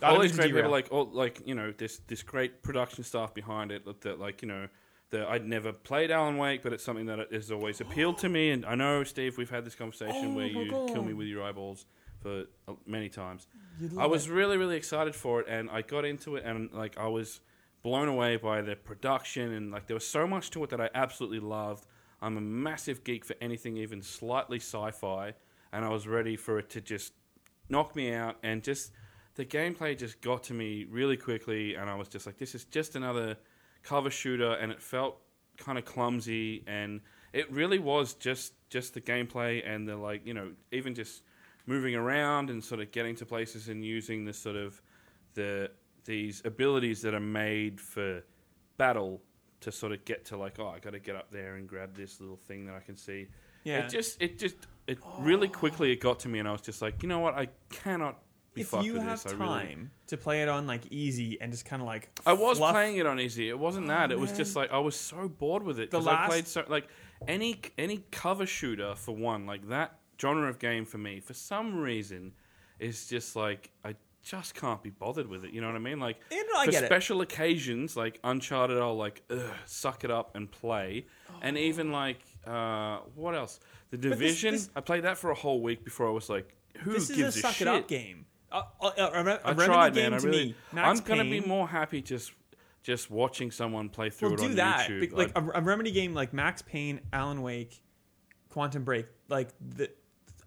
I all didn't these mean to great people derail. like all like you know this this great production staff behind it that, that like you know that I'd never played Alan Wake but it's something that has always appealed to me and I know Steve we've had this Oh conversation where you kill me with your eyeballs for uh, many times I was really really excited for it and I got into it and like I was blown away by the production and like there was so much to it that I absolutely loved I'm a massive geek for anything even slightly sci-fi and I was ready for it to just knock me out and just the gameplay just got to me really quickly and I was just like this is just another cover shooter and it felt kind of clumsy and it really was just just the gameplay and the like you know even just moving around and sort of getting to places and using the sort of the these abilities that are made for battle to sort of get to like oh I got to get up there and grab this little thing that I can see Yeah. it just it just it really quickly it got to me and I was just like you know what I cannot be if fucked you with have this time I really to play it on like easy and just kind of like I was fluff- Oh, playing it on easy. It wasn't that. It was just like I was so bored with it The because I last- played so like any any cover shooter for one like that genre of game for me for some reason is just like I just can't be bothered with it. You know what I mean? Like Yeah, no, I for get it. special occasions like Uncharted, I'll like ugh, suck it up and play. And even like uh, what else? The Division. Oh. this- I played that for a whole week before I was like, who This is gives a suck shit? it up game. A, a, Uh, a, a, re- a I remedy tried, game man. I to really. me. Max I'm gonna be Payne more happy just just watching someone play through will it on do that. YouTube. Be- Like a, a remedy game like Max Payne, Alan Wake, Quantum Break. Like the,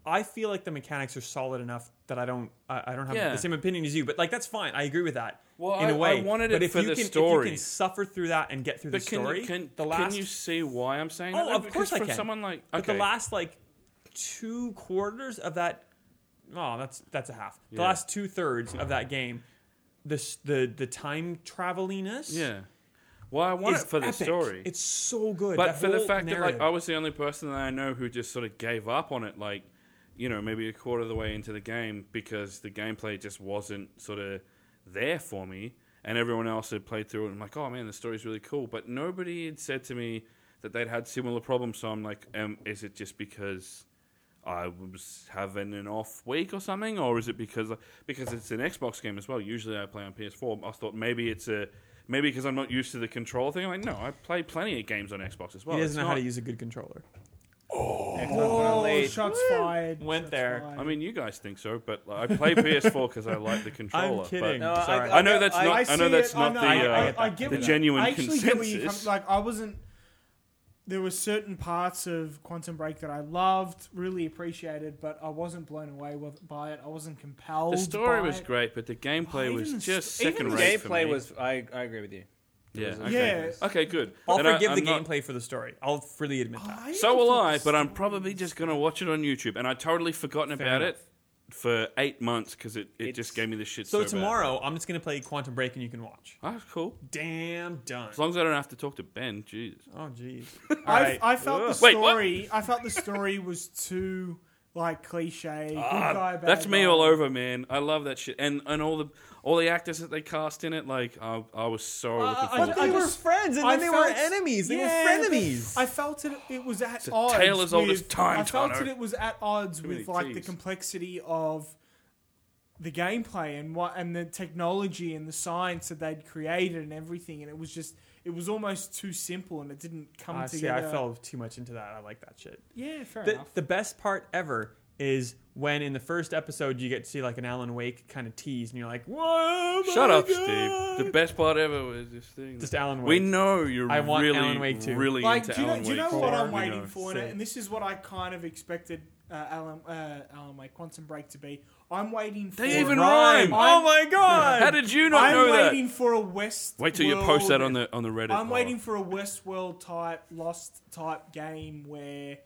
I feel like the mechanics are solid enough that I don't I, I don't have Yeah. the same opinion as you. But like that's fine. I agree with that. Well, in I- a way, I wanted it but if for you the can, If story. you can suffer througugh that and get through but the can, story, can, the can last you see why I'm saying Oh, that? of Because course I for can. Someone like okay, But the last like two quarters of that. Oh, that's that's a half. The Yeah. last two thirds of that game, this the the time traveliness. Yeah. Well, I want is it for the epic. story. It's so good. but That for the whole fact that like narrative. I was the only person that I know who just sort of gave up on it, like you know maybe a quarter of the way into the game because the gameplay just wasn't sort of there for me, and everyone else had played through it and like, oh man, the story's really cool, but nobody had said to me that they'd had similar problems. So I'm like, um, is it just because I was having an off week or something, or is it because because it's an Xbox game as well? Usually I play on PS4. I thought maybe it's a maybe because I'm not used to the control thing. I'm like, no, I play plenty of games on Xbox as well. he It's doesn't know how not- to use a good controller. Oh, shots fired. Went shots there. fired. I mean, you guys think so, but like, I play PS4 because I like the controller. kidding. But No, Sorry. I know that's not. I, know see that's it, not know, the I- uh, I- I the get what you- genuine I actually get where you come- consensus. like I wasn't. There were certain parts of Quantum Break that I loved, really appreciated, but I wasn't blown away with, by it. I wasn't compelled. the story by was it. great, but the gameplay Oh, was even the just st- second Even the rate for me. gameplay was. I, I agree with you. yeah. was- Okay. Yeah. Okay. Good. I'll And I- forgive the I'm not- Ah, gameplay for the story. I'll freely admit that. I So will thought I, the but I'm story probably was- just going to watch it on YouTube. And I totally forgotten Fair about enough. it for eight months because it, it It's- just gave me the shit. So, bad. tomorrow, I'm just gonna play Quantum Break and you can watch. that's cool. Damn done. As long as I don't have to talk to Ben, Jesus. Oh jeez. I, Alright. I felt the Wait, what? story. I felt the story was too like cliche. Good Ah, guy, bad Ah, That's me guy. all over, man. I love that shit, and and all the all the actors that they cast in it. Like I, I was so looking Uh, I- forward. But to they it. were just- friends, and I then they were felt- enemies. They Yeah, were but frenemies. I felt it. It was at a odds. tale as old with- as time, I felt Tano. that it was at odds many with like the Ts. complexity of the gameplay and what and the technology and the science that they'd created and everything. And it was just it was almost too simple and it didn't come Ah, see, together. I fell too much into that. I like that shit. yeah, fair The, enough. the best part ever is when in the first episode you get to see like an Alan Wake kind of tease, and you're like, "Whoa!" my Shut up, God." Steve. The best part ever was this thing. Just Alan Wake. We know you're I want really, Alan Wake too. really like, into do you know, Alan do you know Wake. what I'm We waiting know. for in Sick. it? And this is what I kind of expected uh, Alan, uh, Alan Wake Quantum Break to be. I'm waiting for. They even Rhyme. rhyme. Oh my god! How did you not I'm know that? waiting for a West. Wait till you post that on the on the Reddit. I'm Oh. waiting for a Westworld type, Lost type game where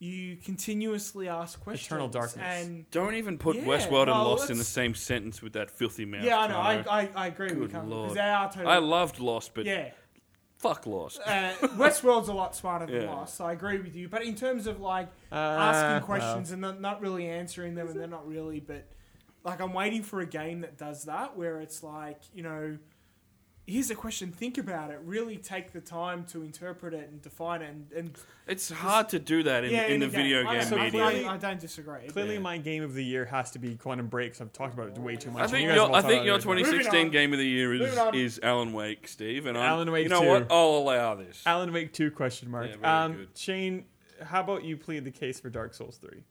you continuously ask questions. Darkness. And Don't even put Yeah, Westworld and well, Lost in the that's- same sentence with that filthy mouth. yeah, I know. Connor. I, I, I agree Good with you because lord. they are totally. I loved Lost, but yeah. fuck Lost. Uh, Westworld's a lot smarter than Yeah. Lost, so I agree with you. But in terms of like Uh, Uh-huh. asking well. questions and not, not really answering them, and they're not really, but like I'm waiting for a game that does that, where it's like, you know, here's a question, think about it, really take the time to interpret it and define it, and, and It's hard to do that in, yeah, in the game. video I- game I, media. I, I don't disagree. Uh, Clearly, my game of the year has to be Quantum Break. So I've talked about it way too much. I and think you guys have your, all I thought think about your it already. 2016 on. game of the year is, Moving on. is Alan Wake, Steve, and I'm, Alan Wake You know 2. what? I'll allow this. Alan Wake two question mark. Yeah, very um, good. Shane, how about you plead the case for Dark Souls three?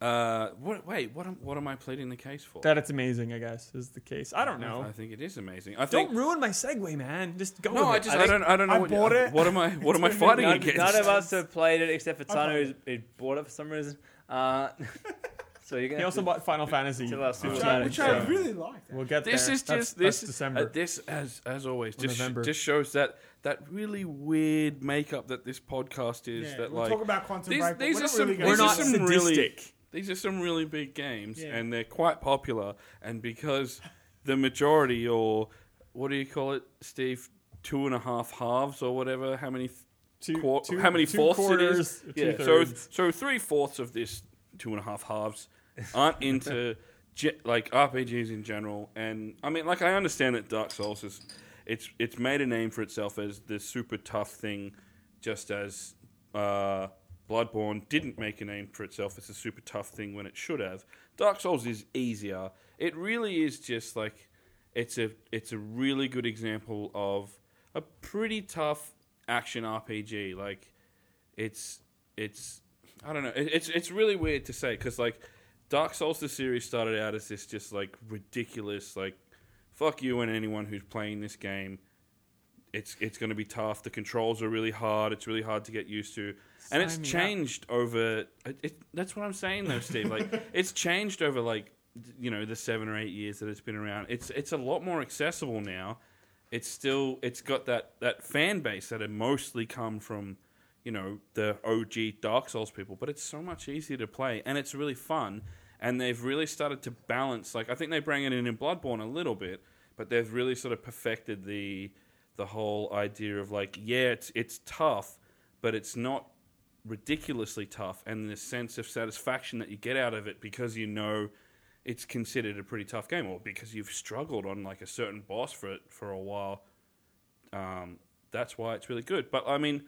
Uh, what, wait, what am, what am I pleading the case for? That it's amazing, I guess, is the case. I don't I know. think it is amazing. I think Don't ruin my segue, man. Just go. no, with I it. just I I, think- don't I don't know I what, bought it. what am I what am I It's fighting None, against? none of us have played it except for Tano, played who's who bought it for some reason. Uh, so you're gonna. He have also to- bought Final Fantasy. Till us Which, Which I, I- which yeah. I really liked. We'll get this there. is That's- just that's this December. uh, this as as always just November. just shows that that really weird makeup that this podcast is Yeah, that we'll like talk about Quantum these, Break, but these we're are not some really gonna We're these are not This some really sadistic. these are some really big games Yeah. and they're quite popular and because the majority or what do you call it Steve two and a half halves or whatever how many th- Two- quar- two- how many two fourths it quarters, is two yeah so thirds. so three fourths of this two and a half halves aren't into ge- like RPGs in general. And I mean, like I understand that Dark Souls is it's it's made a name for itself as the super tough thing, just as uh, Bloodborne didn't make a name for itself as a super tough thing when it should have. Dark Souls is easier. It really is just like it's a it's a really good example of a pretty tough action RPG. Like it's it's I don't know. It, it's it's really weird to say because like Dark Souls the series started out as this just like ridiculous like fuck you and anyone who's playing this game. It's it's going to be tough. The controls are really hard. It's really hard to get used to, and it's Sign me up. changed over. It, it, that's what I'm saying though, Steve. Like it's changed over like you know the seven or eight years that it's been around. It's it's a lot more accessible now. It's still it's got that that fan base that had mostly come from you know the OG Dark Souls people, but it's so much easier to play and it's really fun. And they've really started to balance. Like I think they bring it in in Bloodborne a little bit, but they've really sort of perfected the the whole idea of like, yeah, it's it's tough, but it's not ridiculously tough, and the sense of satisfaction that you get out of it because you know it's considered a pretty tough game, or because you've struggled on like a certain boss for it for a while. Um, that's why it's really good. But I mean,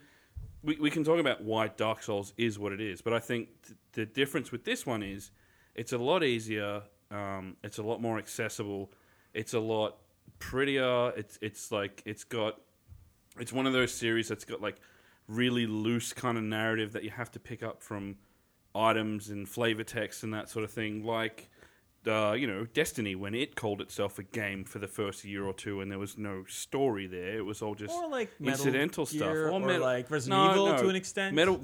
we, we can talk about why Dark Souls is what it is, but I think th- the difference with this one is it's a lot easier, um, it's a lot more accessible, it's a lot prettier. It's it's like it's got it's one of those series that's got like really loose kind of narrative that you have to pick up from items and flavor text and that sort of thing, like. Uh, you know, Destiny when it called itself a game for the first year or two, and there was no story there. It was all just Or like Metal incidental stuff, Gear, or Metal- like Resident Evil to an extent. Metal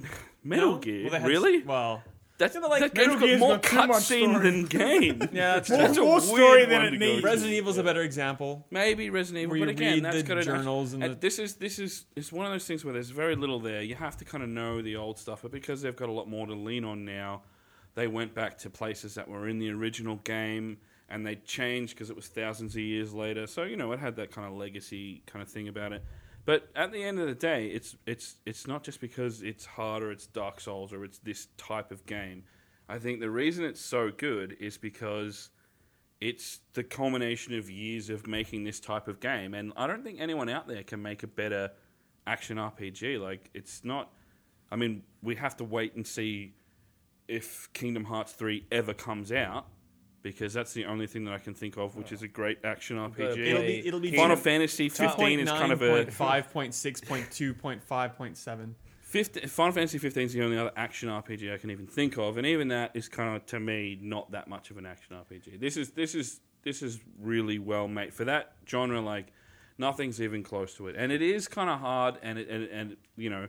Metal No? Gear, Well, they had- really? Well, That's Yeah, but, like, that Metal game's got Gear's more got too much cutscene story. than game. yeah, that's More- true. That's a more weird story than one it to go needs. to. Resident Evil's a better example. Maybe Resident Evil, Where but you again, read that's the got to journals and the- this is this is it's one of those things where there's very little there. You have to kind of know the old stuff, but because they've got a lot more to lean on now, they went back to places that were in the original game and they changed because it was thousands of years later. So you know, it had that kind of legacy kind of thing about it. But at the end of the day, it's it's it's not just because it's hard or it's Dark Souls or it's this type of game. I think the reason it's so good is because it's the culmination of years of making this type of game and i don't think anyone out there can make a better action rpg like it's not i mean we have to wait and see if kingdom hearts 3 ever comes out because that's the only thing that i can think of which is a great action gotta rpg play It'll be it'll be final two- fantasy 15 is kind of a 5.6.2.5.7. 15, Final Fantasy 15 is the only other action RPG I can even think of, and even that is kind of to me not that much of an action RPG. This is this is this is really well made for that genre. Like nothing's even close to it, and it is kind of hard, and it and, and you know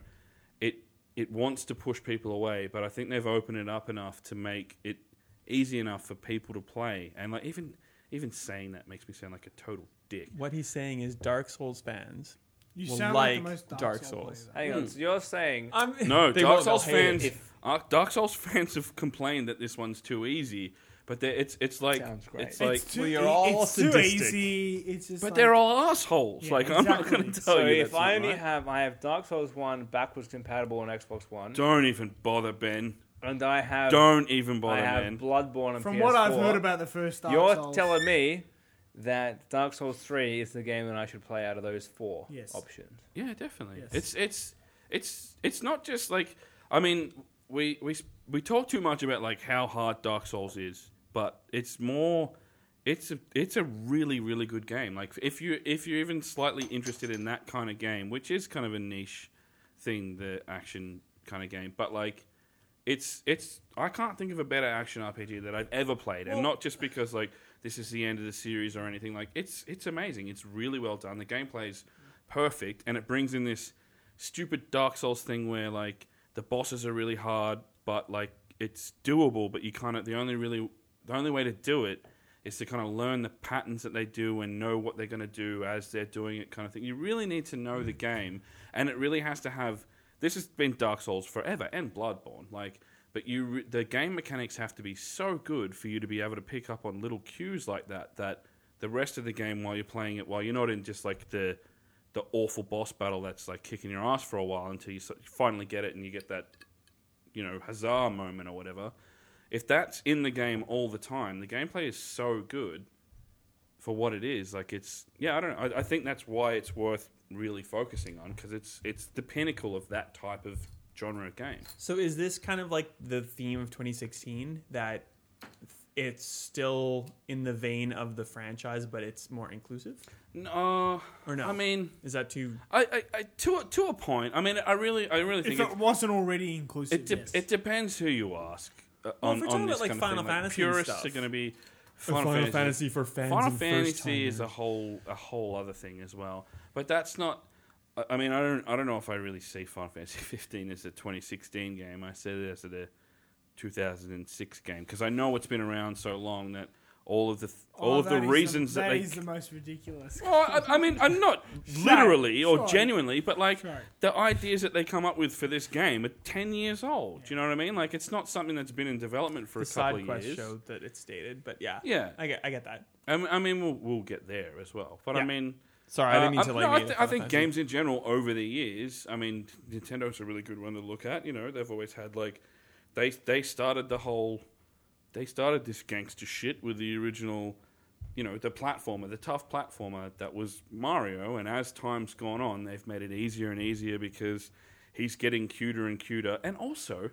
it it wants to push people away, but I think they've opened it up enough to make it easy enough for people to play, and like even even saying that makes me sound like a total dick. What he's saying is Dark Souls fans You will sound like, like the most Dark, Dark Souls. Souls. player, though. Hang on, so you're saying I'm, No, they Dark won't, they'll Souls hate it. fans. uh, Dark Souls fans have complained that this one's too easy, but they're- it's it's like Sounds great. it's like, too- we are all it's too sadistic. easy. It's just but like, they're all assholes. Yeah, like I'm not exactly. going to tell so you. if that's not I only right. have I have Dark Souls one backwards compatible on Xbox One, don't even bother, Ben. and I have Don't even Um, I bother, have Ben. Bloodborne on From PS4. what I've heard about the first Dark you're Souls, telling me that Dark Souls three is the game that I should play out of those four Yes. options. Yeah, definitely. Yes. It's it's it's it's not just like I mean we we s- we talk too much about like how hard Dark Souls is, but it's more it's a it's a really really good game. Like if you if you're even slightly interested in that kind of game, which is kind of a niche thing, the action kind of game, but like. It's it's I can't think of a better action RPG that I've ever played, and not just because like this is the end of the series or anything. Like it's it's amazing. It's really well done. The gameplay's perfect, and it brings in this stupid Dark Souls thing where like the bosses are really hard, but like it's doable. But you kind of the only really the only way to do it is to kind of learn the patterns that they do and know what they're going to do as they're doing it, kind of thing. You really need to know the game, and it really has to have. This has been Dark Souls forever and Bloodborne, like. But you, re- the game mechanics have to be so good for you to be able to pick up on little cues like that. That the rest of the game, while you're playing it, while you're not in just like the the awful boss battle that's like kicking your ass for a while until you so- finally get it and you get that you know huzzah moment or whatever if that's in the game all the time the gameplay is so good for what it is like it's yeah i don't know i, I think that's why it's worth really focusing on because it's it's the pinnacle of that type of genre of game So is this kind of like the theme of 2016 that it's still in the vein of the franchise, but it's more inclusive? no Or no? uh, i mean Is that too? I, I, I to a, to a point i mean i really i really think if it's it wasn't already inclusive, It, de- yes. it depends who you ask. uh, Well, on, if we're on talking this about, like, kind Final of thing. Fantasy and like, purists stuff. are going to be for fans. Final Fantasy is a whole a whole other thing as well. But that's not. I- I mean, I don't I don't know if I really see Final Fantasy 15 as a 2016 game. I said it as a 2006 game because I know it's been around so long that all of the th- Oh, all of the Oh, that is reasons that that they is the most ridiculous. well, I, I mean, I'm not literally or sorry. genuinely, but like Sorry. the ideas that they come up with for this game are 10 years old. Do you know what I mean? Like it's not something that's been in development for The a couple side of quest years. showed that it's dated, but yeah, Yeah, I get, I get that. I mean, I mean we'll, we'll get there as well. But I Yeah. mean, Sorry, I didn't mean uh, to I- like. no, I, make it thi- I sound think offensive. games in general over the years. I mean, Nintendo's a really good one to look at. You know, they've always had like they they started the whole they started this gangster shit with the original. You know, the platformer, the tough platformer that was Mario, and as time's gone on, they've made it easier and easier because he's getting cuter and cuter. And also,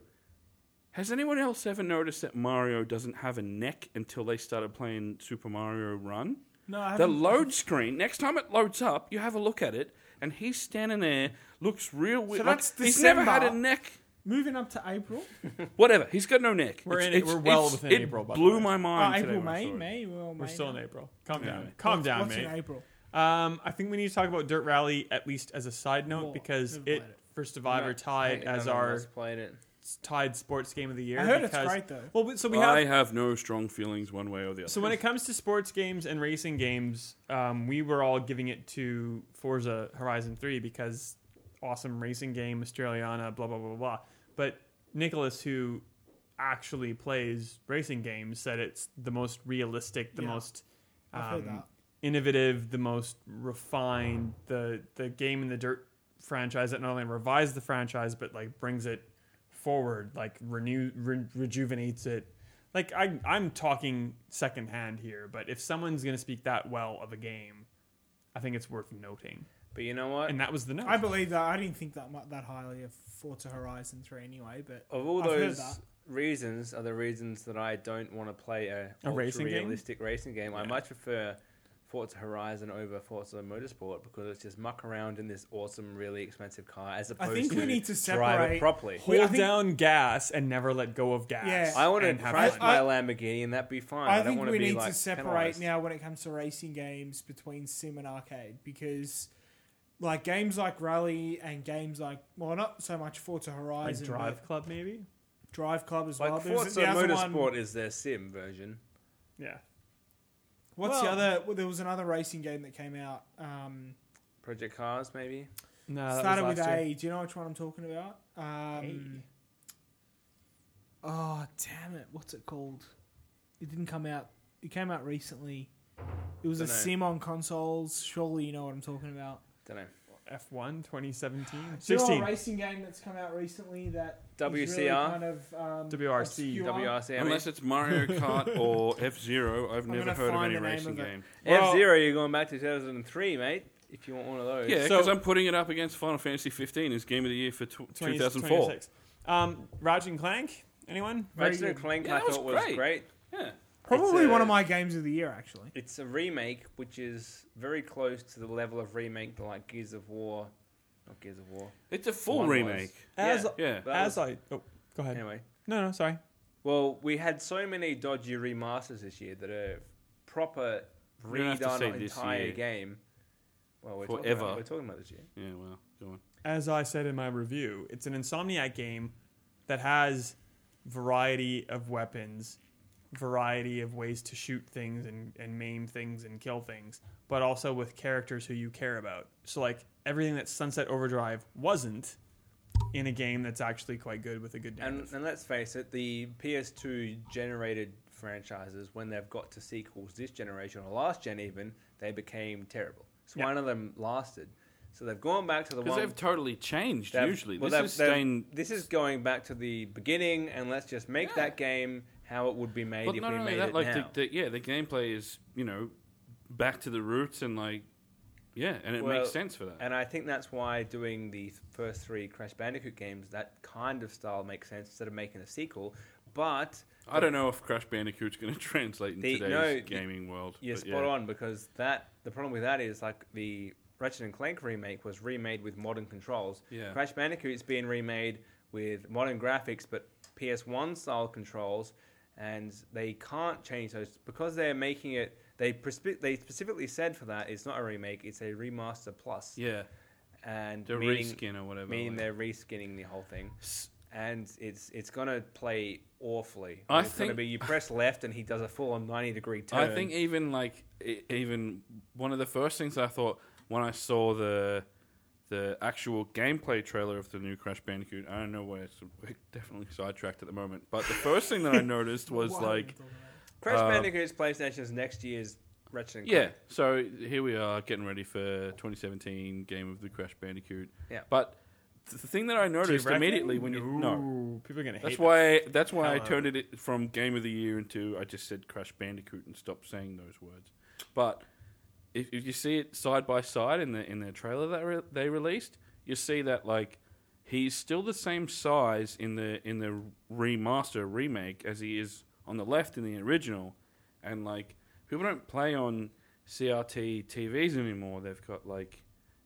has anyone else ever noticed that Mario doesn't have a neck until they started playing Super Mario Run? No, I the haven't- load screen. Next time it loads up, you have a look at it, and he's standing there, looks real weird. like, that's he's never had December. a neck. Moving up to April, Whatever, he's got no neck. We're It's- in it- it's- we're well it's- within it April, by the blew way. my mind. oh, today April, when I May, saw it. May. Well, We're May still in now. April. Calm Yeah. down, calm What's- down, what's mate. in April? Um, I think we need to talk about Dirt Rally at least as a side note More. because Never it played it. for Survivor No, tied I- as no one our else played it. tied sports game of the year. I heard it's because, great, though. Well, but- so we have I have no strong feelings one way or the other. So when it comes to sports games and racing games, um, we were all giving it to Forza Horizon Three because awesome racing game, Australiana, blah blah blah blah. But Nicholas, who actually plays racing games, said it's the most realistic, the Yeah. most I've heard um, that. innovative, the most refined. The the game in the dirt franchise that not only revives the franchise but like brings it forward, like renew re- rejuvenates it. Like I I'm talking secondhand here, but if someone's gonna speak that well of a game, I think it's worth noting. But you know what? And that was the note. I believe that. I didn't think that mu- that highly of Forza Horizon Three anyway. But of all I've heard those that. reasons are the reasons that I don't want to play a, A racing game? realistic racing game. I much prefer Forza Horizon over Forza Motorsport because it's just muck around in this awesome, really expensive car as I opposed think to we need to drive it separate. properly. Hold I think- down gas and never let go of gas. Yeah. I want to and have crash fun. my I- Lamborghini and that'd be fine. I, I, don't think want to we be need like to separate penalized. now when it comes to racing games between sim and arcade because, like games like Rally and games like well, not so much Forza Like Horizon, drive club maybe. but Drive Club as well. Like There was Forza the other Motorsport one- is their sim version. Yeah. Well- What's the other? Well, there was another racing game that came out. Um, Project Cars, maybe. No, that started was with last year. A. Do you know which one I'm talking about? Um, Oh damn it! What's it called? It didn't come out. It came out recently. It was a Dunno. sim on consoles. Surely you know what I'm talking about. Don't know. F1 2017. Is there a 16. racing game that's come out recently that is really WCR? kind of um, WRC. obscure? WRC. I mean, Unless it's Mario Kart or F Zero, I've I'm never gonna heard of find any the name racing of it. game. F Zero, you're going back to 2003, mate. If you want one of those. Yeah, So- because I'm putting it up against Final Fantasy 15 as game of the year for tw 20 2004. 26. Um, Ratchet and Clank. Anyone? Ratchet and Clank, Yeah, I that was thought was great. great. Yeah. Probably It's a- one of my games of the year, actually. It's a remake, which is very close to the level of remake that like Gears of War, not Gears of War. It's a full One was. remake. As Yeah. Yeah. That as was- I oh, go Uh, ahead. anyway, No, no, sorry. well, we had so many dodgy remasters this year that are proper You don't have to redone say this entire year. game. Well, we're talking, Forever. about, we're talking about this year. Yeah, well, go on. As I said in my review, it's an Insomniac game that has variety of weapons, variety of ways to shoot things and, and maim things and kill things, but also with characters who you care about. So like everything that Sunset Overdrive wasn't in a game that's actually quite good with a good narrative. And, and let's face it, the PS2 generated franchises, when they've got to sequels this generation or last gen even, they became terrible. So Yeah. one of them lasted. So they've gone back to the Because one. they've totally changed. they've- usually, well, this they've- is they've- staying. This is going back to the beginning, and let's just make Yeah. that game how it would be made But if not we only made that, it like now. the, the yeah, the gameplay is you know back to the roots and like yeah, and it Well, makes sense for that. And I think that's why doing the first three Crash Bandicoot games, that kind of style makes sense instead of making a sequel. But I don't know if Crash Bandicoot's going to translate in The- today's no, the- gaming world. Yeah, but spot on. Because that the problem with that is like the Ratchet and Clank remake was remade with modern controls. Yeah. Crash Bandicoot's being remade with modern graphics, but PS1 style controls, and they can't change those because they're making it. They prespe- they specifically said for that it's not a remake; it's a remaster plus. Yeah, And the meaning, reskin or whatever. meaning like. they're reskinning the whole thing. S- and it's it's gonna play awfully. I it's gonna think- be you press left and he does a full on ninety degree turn. I think even like e- even one of the first things I thought when I saw the the actual gameplay trailer of the new Crash Bandicoot, I don't know where it's we're definitely sidetracked at the moment, but the first thing that I noticed was Why are we like talking about Crash uh, Bandicoot's PlayStation's next year's Ratchet and yeah, so here we are getting ready for 2017 game of the Crash Bandicoot. Yeah. But th- the thing that I Do you noticed reckon? immediately when you no Ooh, people are gonna hate That's why. That's why I Hello. turned it from Game of the Year into I just said Crash Bandicoot and stopped saying those words. But if, if you see it side by side in the in their trailer that re- they released, you see that like he's still the same size in the in the remaster remake as he is on the left in the original, and like people don't play on CRT TVs anymore. They've got like.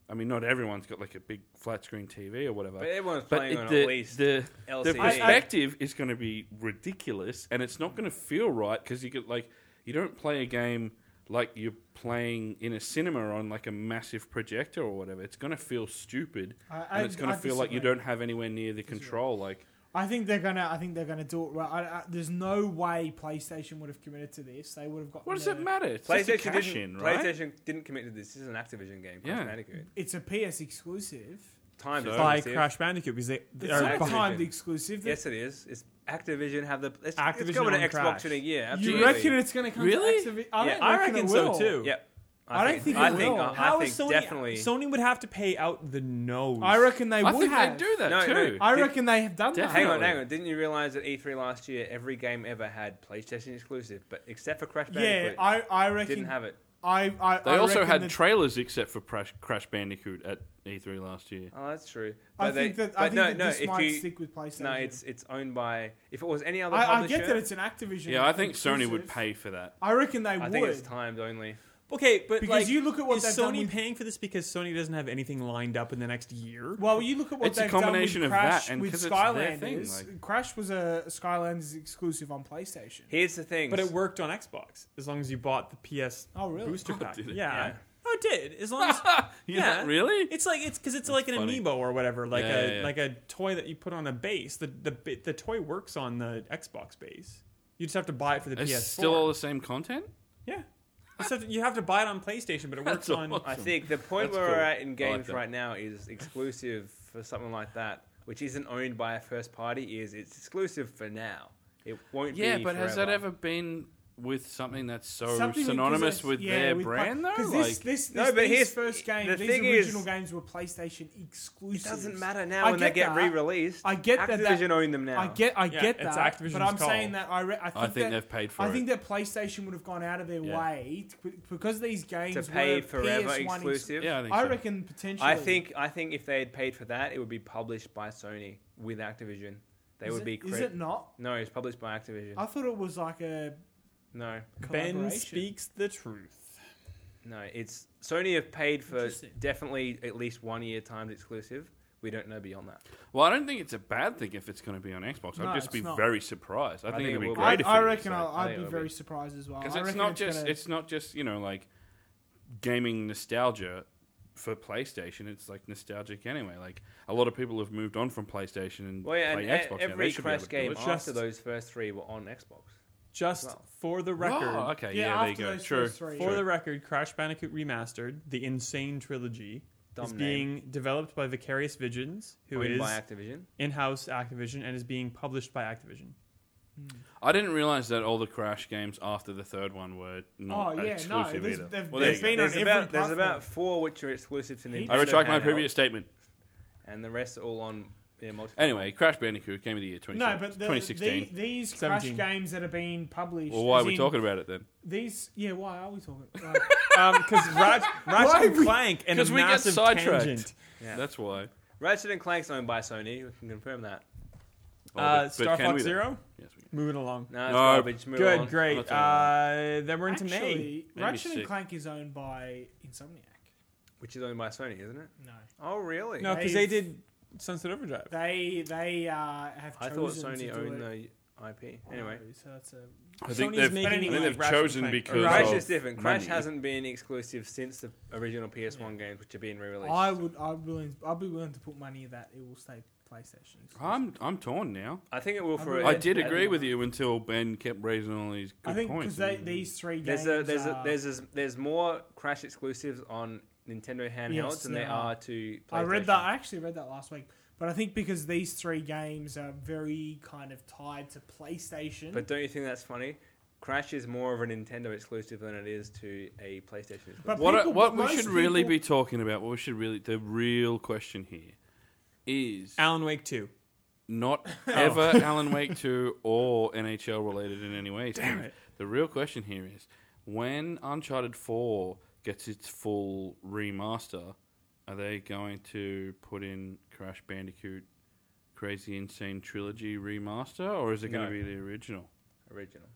I mean, not everyone's got like a big flat screen TV or whatever. But everyone's But playing it- on the- at least the the LCD. perspective is going to be ridiculous, and it's not going to feel right because you get like you don't play a game like you're playing in a cinema on like a massive projector or whatever. It's going to feel stupid, I- I- and it's going I to feel like you disagree. don't have anywhere near the control. Like I think they're gonna. I think they're gonna do it right. I, I, there's no way PlayStation would have committed to this. They would have got. what does it matter? It's just a PlayStation cash didn't, in, right? PlayStation didn't commit to this. This is an Activision game. Crash Yeah. Bandicoot. It's a PS exclusive. Time So- is by expensive. Crash Bandicoot because they, they It's are not Activision. behind- timed exclusive. Yes, it is. It's Activision have the. It's, it's Activision going to on Xbox Crash. in a year. Absolutely. You reckon it's gonna come Really? to Activi- I, Yeah. don't I reckon it reckon so will. too. Yep. I don't think I it think, will. I How think is Sony definitely. Sony would have to pay out the nose? I reckon they I would think have. they do that No, too. no. I Did- reckon they have done that. Hang on, Definitely. hang on. Didn't you realize that E3 last year every game ever had PlayStation exclusive, but except for Crash Yeah, Bandicoot, I, I reckon didn't have it. I, I, They I also reckon had that- trailers except for Crash, Crash Bandicoot at E3 last year. Oh, that's true. I But they- think that but I think no, that no, this if might you- stick with PlayStation. No, it's it's owned by. If it was any other I, I publisher, get that it's an Activision. Yeah, I think Sony exclusive. would pay for that. I reckon they I would. think it's timed only. okay, but Because like, you look at what is they've done Sony with- paying for this because Sony doesn't have anything lined up in the next year. Well, you look at what It's a they've combination of done with Crash that and with 'cause it's their Skylanders. thing, like- Crash was a Skylanders exclusive on PlayStation. Here's the thing. But it worked on Xbox as long as you bought the PS Oh, really? booster Oh, pack. did it? yeah. Yeah. Oh, it did. As long as Yeah, Yeah. really? it's like it's because it's like an funny. amiibo or whatever, like Yeah, a yeah, yeah. like a toy that you put on a base. The the bi- the toy works on the Xbox base. You just have to buy it for the It's PS4. still all the same content. yeah. You just have to- you have to buy it on PlayStation, but it works That's on. awesome. I think the point That's where cool. we're I at in like games that. right now is exclusive for something like that, which isn't owned by a first party. Is it's exclusive for now. It won't Yeah, be. but has that forever. ever been with something that's so Something with- 'cause synonymous it's- with yeah, their with- brand, though? Because Like, this, this, No, this- but these here's- first game, the these thing is- original games were PlayStation exclusive. It doesn't matter now I when they get get that. re-released. I get that- that- Activision own them now. I get, I Yeah, get it's that. Activision's but I'm call. saying that I, re- I think, I think that, they've paid for I it. think that PlayStation would have gone out of their Yeah. way to, because these games to pay were forever PS1 ex- exclusive. yeah, I think I so. reckon potentially. I think I think if they had paid for that, it would be published by Sony with Activision. They Is would it- be. Is cre- it Oh. not? No, it's published by Activision. I thought it was like a no, ben collaboration. speaks the truth. no, it's Sony have paid for Interesting. definitely at least one year timed exclusive. We don't know beyond that. Well, I don't think it's a bad thing if it's going to be on Xbox. No, I'd just be it's not. very surprised. I, think, think it'd it be will be. great. I, if I it is, reckon like- I'll, I I'd think be it'll very be. surprised as well. because I it's reckon not just gonna- it's not just you know like gaming nostalgia for PlayStation. It's like nostalgic anyway. Like a lot of people have moved on from PlayStation and Well, yeah, play and e- Xbox. now. They every should be able Crash to do game it. Just- after those first three were on Xbox. Just Well. for the record, Oh, okay, Yeah, yeah, there you after go. those True. first three. for Sure. the record, Crash Bandicoot Remastered, the Insane Trilogy, Dumb is name. being developed by Vicarious Visions, who owned is by Activision? in-house Activision and is being published by Activision. I didn't realize that all the Crash games after the third one were not Oh, yeah, no, exclusive there's- either. they've- well, there there's you go. been There's on about, every there's platform. about four which are exclusive to Nintendo. I retract my handheld, previous statement. and the rest are all on. Yeah, multiple. Anyway, Crash Bandicoot Game of the Year No, 2016. but the, 2016. the- these Seventeen. Crash games that are being published. well, why are as we in talking about it then? These, yeah, why are we talking? Uh, Because Um, Ratchet, Ratchet and we- Clank and a Because we get massive sidetracked. tangent. Yeah. That's why. Ratchet and Clank's owned by Sony. We can confirm that. Oh, Uh, but- but Star can Fox we though? Zero? Yes, we can. Moving along. No, it's No. garbage. Move Good, on. great. Let's move Uh, then we're into May. actually, Maybe Ratchet and six. Clank is owned by Insomniac. Which is owned by Sony, isn't it? No, Oh, really? No, because they did Sunset Overdrive. they they uh, have. I thought chosen to Sony do owned it. the IP. Anyway, No, so that's a, I think Sony's they've, making I think money. they've Ratchet chosen and Clank. because Crash of is different. Crash money. hasn't been exclusive since the original PS1 games, which are being re-released. I would I'd be willing I'd be willing to put money that it will stay PlayStation. exclusive. I'm I'm torn now. I think it will I'm for. really- I did think- agree with you until Ben kept raising all these good I think points. because these three games There's a, there's a, are, there's a, there's more Crash exclusives on Nintendo handhelds Yes, than there there are are. to. I read PlayStation. that. I actually read that last week. But I think because these three games are very kind of tied to PlayStation. But don't you think that's funny? Crash is more of a Nintendo exclusive than it is to a PlayStation exclusive. But what I- people- what we most should really people- be talking about, what we should really the real question here is Alan Wake two. not ever Alan Wake 2 or NHL related in any way. Damn it. The real question here is when Uncharted 4 gets its full remaster, are they going to put in Crash Bandicoot Crazy Insane Trilogy remaster or is it going No. to be the original? original.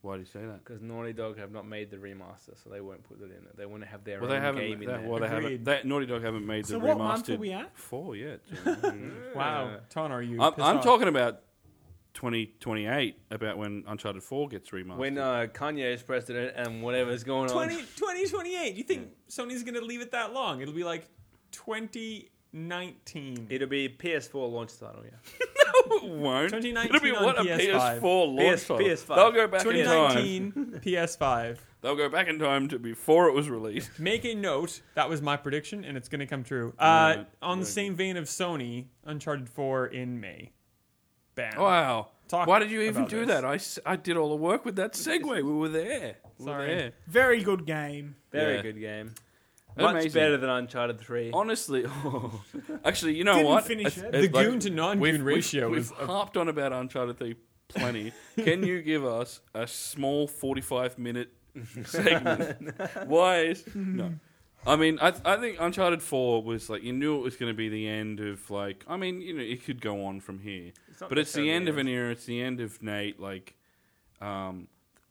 Why do you say that? Because Naughty Dog have not made the remaster, so they won't put it in. it. They want to have their Well, own they haven't. game in they- there. well, they haven't. Agreed. That Naughty Dog haven't made So the what remastered month are we at? four yet. John. Mm. Wow, Yeah. Ton, are you? I'm, pissed I'm off? talking about 2028, about when Uncharted 4 gets remastered. when uh, Kanye is president and whatever's Um, going 20, on. 2028. You think Sony's going to leave it that long? It'll be like 2019. It'll be PS4 launch title, yeah. It won't. 2019 It'll be on what a PS5. PS4 launch PS5. title. PS5. They'll go back in time. 2019 PS5. They'll go back in time to before it was released. Make a note. That was my prediction, and it's going to come true. Uh, Right. On the Right. same vein of Sony, Uncharted 4 in May. Bam. Wow. Talk Oh, Why did you even about do this. that? I, s- I did all the work with that segue. We were there. We were Sorry. there. Very good game. Very Yeah. good game. Much Amazing. better than Uncharted 3. Honestly, oh. actually, you know Didn't what? finish it. The goon to non-goon we've- we've- ratio We've is a- harped on about Uncharted Three plenty. Can you give us a small forty-five minute segment? Why is no? I mean, I I think Uncharted Four was like you knew it was going to be the end of like I mean you know it could go on from here, It's Oh, not but it's the necessarily end the of an era. It's the end of Nate. Like, um,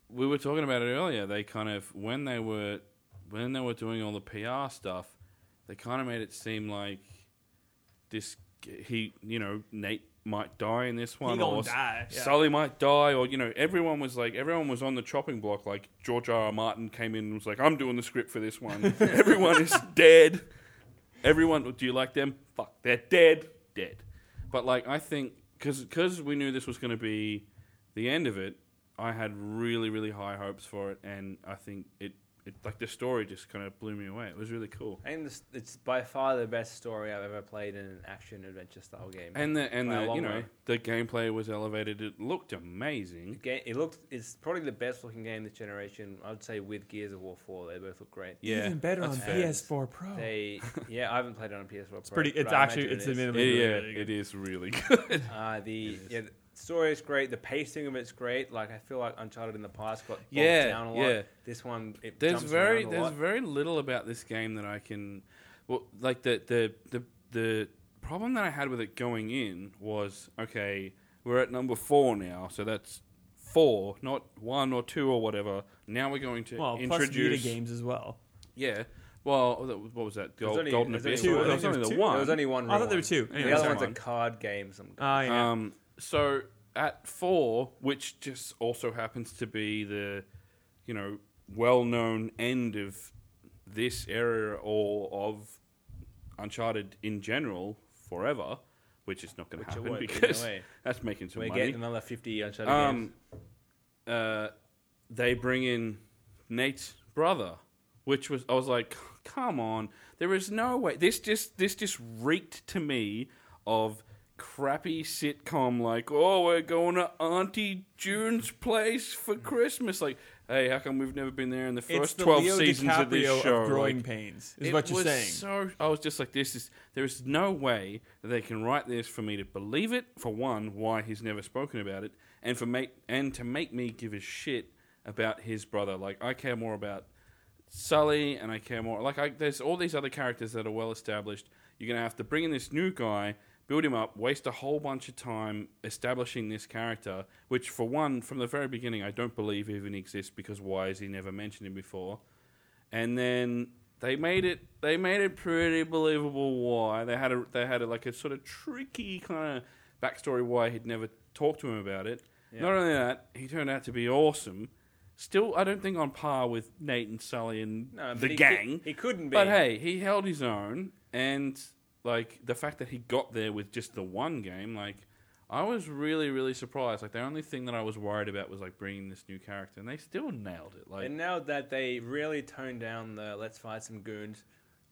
we were talking about it earlier. They kind of when they were when they were doing all the PR stuff, they kind of made it seem like this he you know Nate might die in this one gonna or die, yeah. Sully might die or you know everyone was like everyone was on the chopping block like George R. R. Martin came in and was like I'm doing the script for this one everyone is dead everyone do you like them fuck they're dead dead but like I think because because we knew this was going to be the end of it I had really really high hopes for it and I think it it like the story just kind of blew me away it was really cool And it's, it's by far the best story I've ever played in an action adventure style game. And the and By a the long you know way. the gameplay was elevated. It looked amazing. Ga- it looked it's probably the best looking game this generation. I'd say with Gears of War 4, they both look great. Yeah, Even better on that's fair. PS4 Pro. They yeah, I haven't played it on PS4. it's pretty. It's actually. It's the Yeah, admittedly really, yeah, really good. it is really good. uh, the yeah, the story is great. The pacing of it's great. Like I feel like Uncharted in the past got bogged Yeah, down a lot. yeah. This one it there's jumps very around a there's lot. very little about this game that I can, well, like the the the the problem that I had with it going in was okay, we're at number four now, so that's four, not one or two or whatever. Now we're going to Well, plus Vita introduce games as well. Yeah. Well, that was- what was that? Gold, only- Golden there's Abyss. only or two. whatever. There was two. There's only the one. there was only one. I thought real there were one. two. Anyway, the other sorry. one's a card game. Some Ah, yeah. Um, so at four, which just also happens to be the, you know, well-known end of this era or of Uncharted in general forever, which is not going Which to it happen won't, no because way. that's making some we're money. getting another fifty Uncharted games. Um, uh, they bring in Nate's brother, which was I was like, come on, there is no way. This just this just reeked to me of crappy sitcom. Like, oh, we're going to Auntie June's place for Christmas. Like, hey, how come we've never been there in the first it's the twelve Leo seasons DiCaprio of this show? Of growing Like, pains is it what you're was saying. So I was just like, this is there is no way that they can write this for me to believe it. For one, why he's never spoken about it, and for make and to make me give a shit about his brother. Like I care more about Sully, and I care more. Like I, there's all these other characters that are well established. You're gonna have to bring in this new guy. Build him up, waste a whole bunch of time establishing this character, which, for one, from the very beginning, I don't believe even exists because why has he never mentioned him before? and then they made it they made it pretty believable why they had a they had a, like a sort of tricky kind of backstory why he'd never talked to him about it. Not only that, he turned out to be awesome. Still, I don't think on par with Nate and Sully and No, but the he cou- gang. he couldn't be. But hey, he held his own, and like the fact that he got there with just the one game, like I was really, really surprised. Like the only thing that I was worried about was like bringing this new character, and they still nailed it. Like And now that they really toned down the let's fight some goons,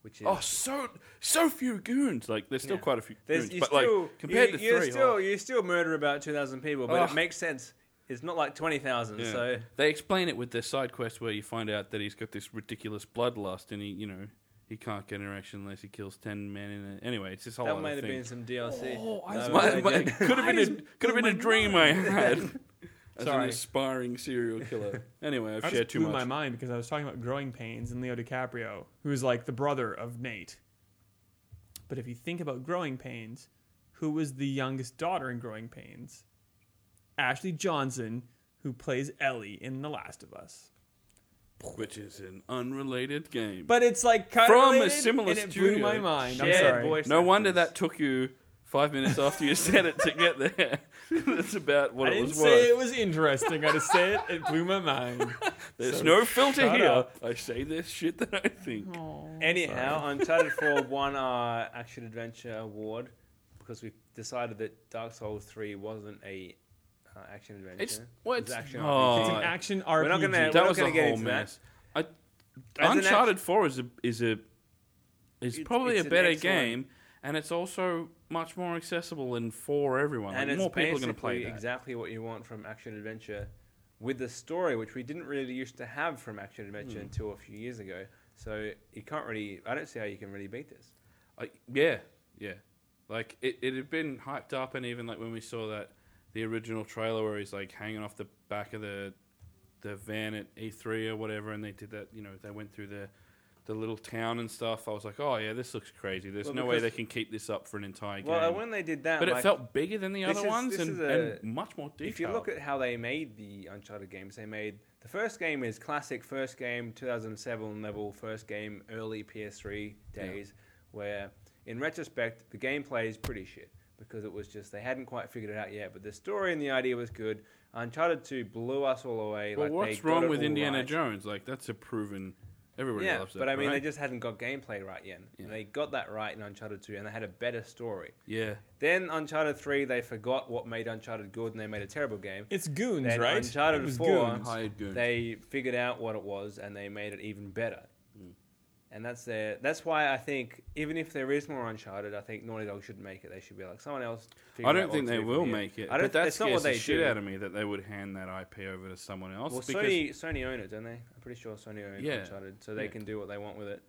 which is oh, so so few goons. Like there's still Yeah. quite a few There's, goons, you but still, like compared you, to you're three, still, oh. you still murder about two thousand people, but Ugh. it makes sense. It's not like twenty thousand. Yeah. So they explain it with their side quest where you find out that he's got this ridiculous bloodlust and he, you know, he can't get an erection unless he kills ten men. In a, anyway, it's this whole that other might have thing. been some DLC. Oh, I No, see. My- they my- did. could have been a Eyes could have been a blew my dream I had as an Sorry. aspiring serial killer. Anyway, I've I shared just too blew much. my mind because I was talking about growing pains and Leo DiCaprio, who is like the brother of Nate. But if you think about growing pains, who was the youngest daughter in growing pains? Ashley Johnson, who plays Ellie in The Last of Us. Which is an unrelated game. But it's like kind From a of related, similar and it studio. blew my mind. I'm Shared sorry. voice no wonder actors. that took you five minutes after you said it to get there. That's about what I it didn't was say worth. it was interesting. I just said it. It blew my mind. There's so no filter shut here. up. I say this shit that I think. Anyhow, Uncharted 4 won our Action Adventure Award because we decided that Dark Souls 3 wasn't a uh, action adventure. It's- well, It was it's- action oh. It's RPG. an action RPG. not gonna- we're that was gonna a get whole into that. mess. I, As an Uncharted Four is a is a is It's- probably it's a an better excellent- game, and it's also much more accessible and for everyone. and like, it's more people are going to basically play that. exactly what you want from action adventure with the story, which we didn't really used to have from action adventure Hmm. until a few years ago. So you can't really. I don't see how you can really beat this. I, yeah, yeah. Like it, it had been hyped up, and even like when we saw that the original trailer where he's like hanging off the back of the the van at E3 or whatever, and they did that. You know, they went through the the little town and stuff. I was like, oh yeah, this looks crazy. There's Well, no way because- they can keep this up for an entire game. Well, and when they did that, but like, it felt bigger than the this other is- ones this and, is a- and much more detailed. If you look at how they made the Uncharted games, they made the first game is classic first game, 2007 level first game, early PS3 days, where in retrospect the gameplay is pretty shit because it was just they hadn't quite figured it out yet. But the story and the idea was good. Uncharted 2 blew us all away. well, like, they what's got it wrong with all Indiana right. Jones? Like that's a proven everybody Yeah, loves that. but I mean right? they just hadn't got gameplay right yet. Yeah. They got that right in Uncharted 2, and they had a better story. yeah. Then Uncharted 3, they forgot what made Uncharted good, and they made a terrible game. It's goons, Then right? Uncharted It was 4. goons. Hired goons. they figured out what it was and they made it even better. And that's their. That's why I think even if there is more Uncharted, I think Naughty Dog should make it. They should be like someone else. figure I out don't what think to they do will from here. make it. I don't. but that's that's not what they shit do. out of me that they would hand that IP over to someone else. Well, because, Sony Sony own it, don't they? I'm pretty sure Sony owns Yeah. Uncharted, so they Yeah. can do what they want with it.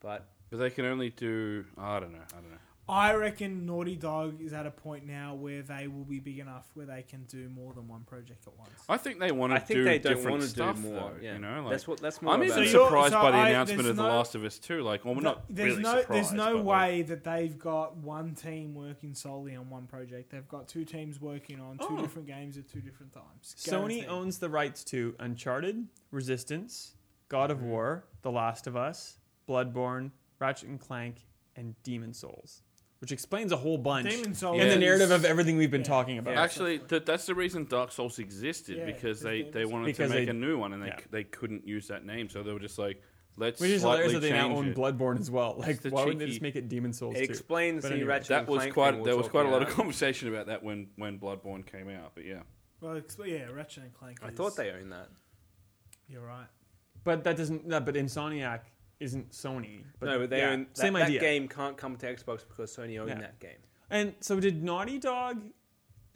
But but they can only do. I don't know. I don't know. I reckon Naughty Dog is at a point now where they will be big enough where they can do more than one project at once. I think they want I to think do they don't different want to stuff, do more. though. yeah. You know, like, that's what. That's more. I'm about even it. So you're- surprised so by the I- announcement there's of The no- Last of Us 2. Like, well, we're not there's really no surprised. there's no but, like, way that they've got one team working solely on one project. They've got two teams working on two Oh. different games at two different times. Sony Guaranteed. owns the rights to Uncharted, Resistance, God Mm-hmm. of War, The Last of Us, Bloodborne, Ratchet and Clank, and Demon Souls, which explains a whole bunch Demon Souls in the Yeah. narrative of everything we've been Yeah. talking about. Yeah. Actually, th- that's the reason Dark Souls existed Yeah, because it's they, Demon's they Souls. wanted Because to make they- a new one and they yeah. c they couldn't use that name, so they were just like, let's Which is hilarious slightly that they now change own it. Bloodborne as well. Like, the why wouldn't they cheeky- just make it Demon Souls too? It explains But the anyway, Ratchet that and was Clank quite thing we'll there was talk quite a lot of about. conversation about that when when Bloodborne came out, but yeah. Well, it's- yeah, Ratchet and Clank. I is- thought they owned that. You're right. But that doesn't. No, but Insomniac isn't Sony. But no, but they yeah, own that, same that idea. game can't come to Xbox because Sony owned Yeah. that game. And so, did Naughty Dog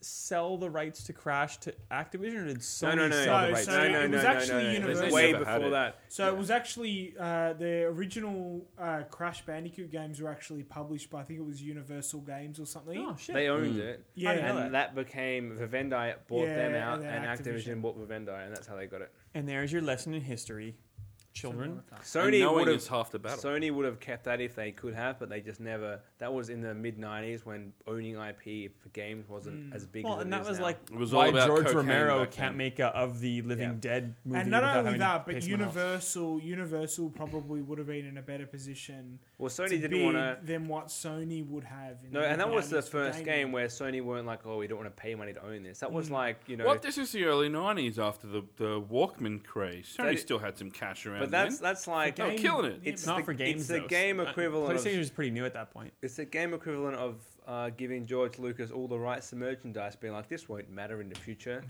sell the rights to Crash to Activision, or did Sony no, no, sell No, the rights? so Sony- it was actually It was Universal. way Never had before it. that. So it was actually uh, the original uh, Crash Bandicoot games were actually published by I think it was Universal Games or something. Oh shit! They owned it. Yeah. I didn't know And that became Vivendi bought Yeah, them out, and and, then Activision. Activision. bought Vivendi, and that's how they got it. And there's your lesson in history, children. And Sony knowing would is have half the battle. Sony would have kept that if they could have, but they just never. That was in the mid '90s when owning IP for games Mm. wasn't as big. Well, as and it that is was now. like It was all why about George cocaine Romero back can't then. make a of the Living Yeah. Dead movie. And not without only having to that, pay but someone else. Universal, Universal probably would have been in a better position well, Sony to didn't bid want to. than what Sony would have. In No, the and that was the 90s for first gaming. Mm. game where Sony weren't like, "Oh, we don't want to pay money to own this." That was like, you know, Well, this is the early '90s after the, the Walkman craze. They Sony did- still had some cash around. round. But that's win. that's like No, game- killing it. Yeah, it's Not the, for games, It's the though. game Uh, equivalent. PlayStation Of, was pretty new at that point. it's the game equivalent of uh, giving George Lucas all the rights to merchandise, being like, this won't matter in the future.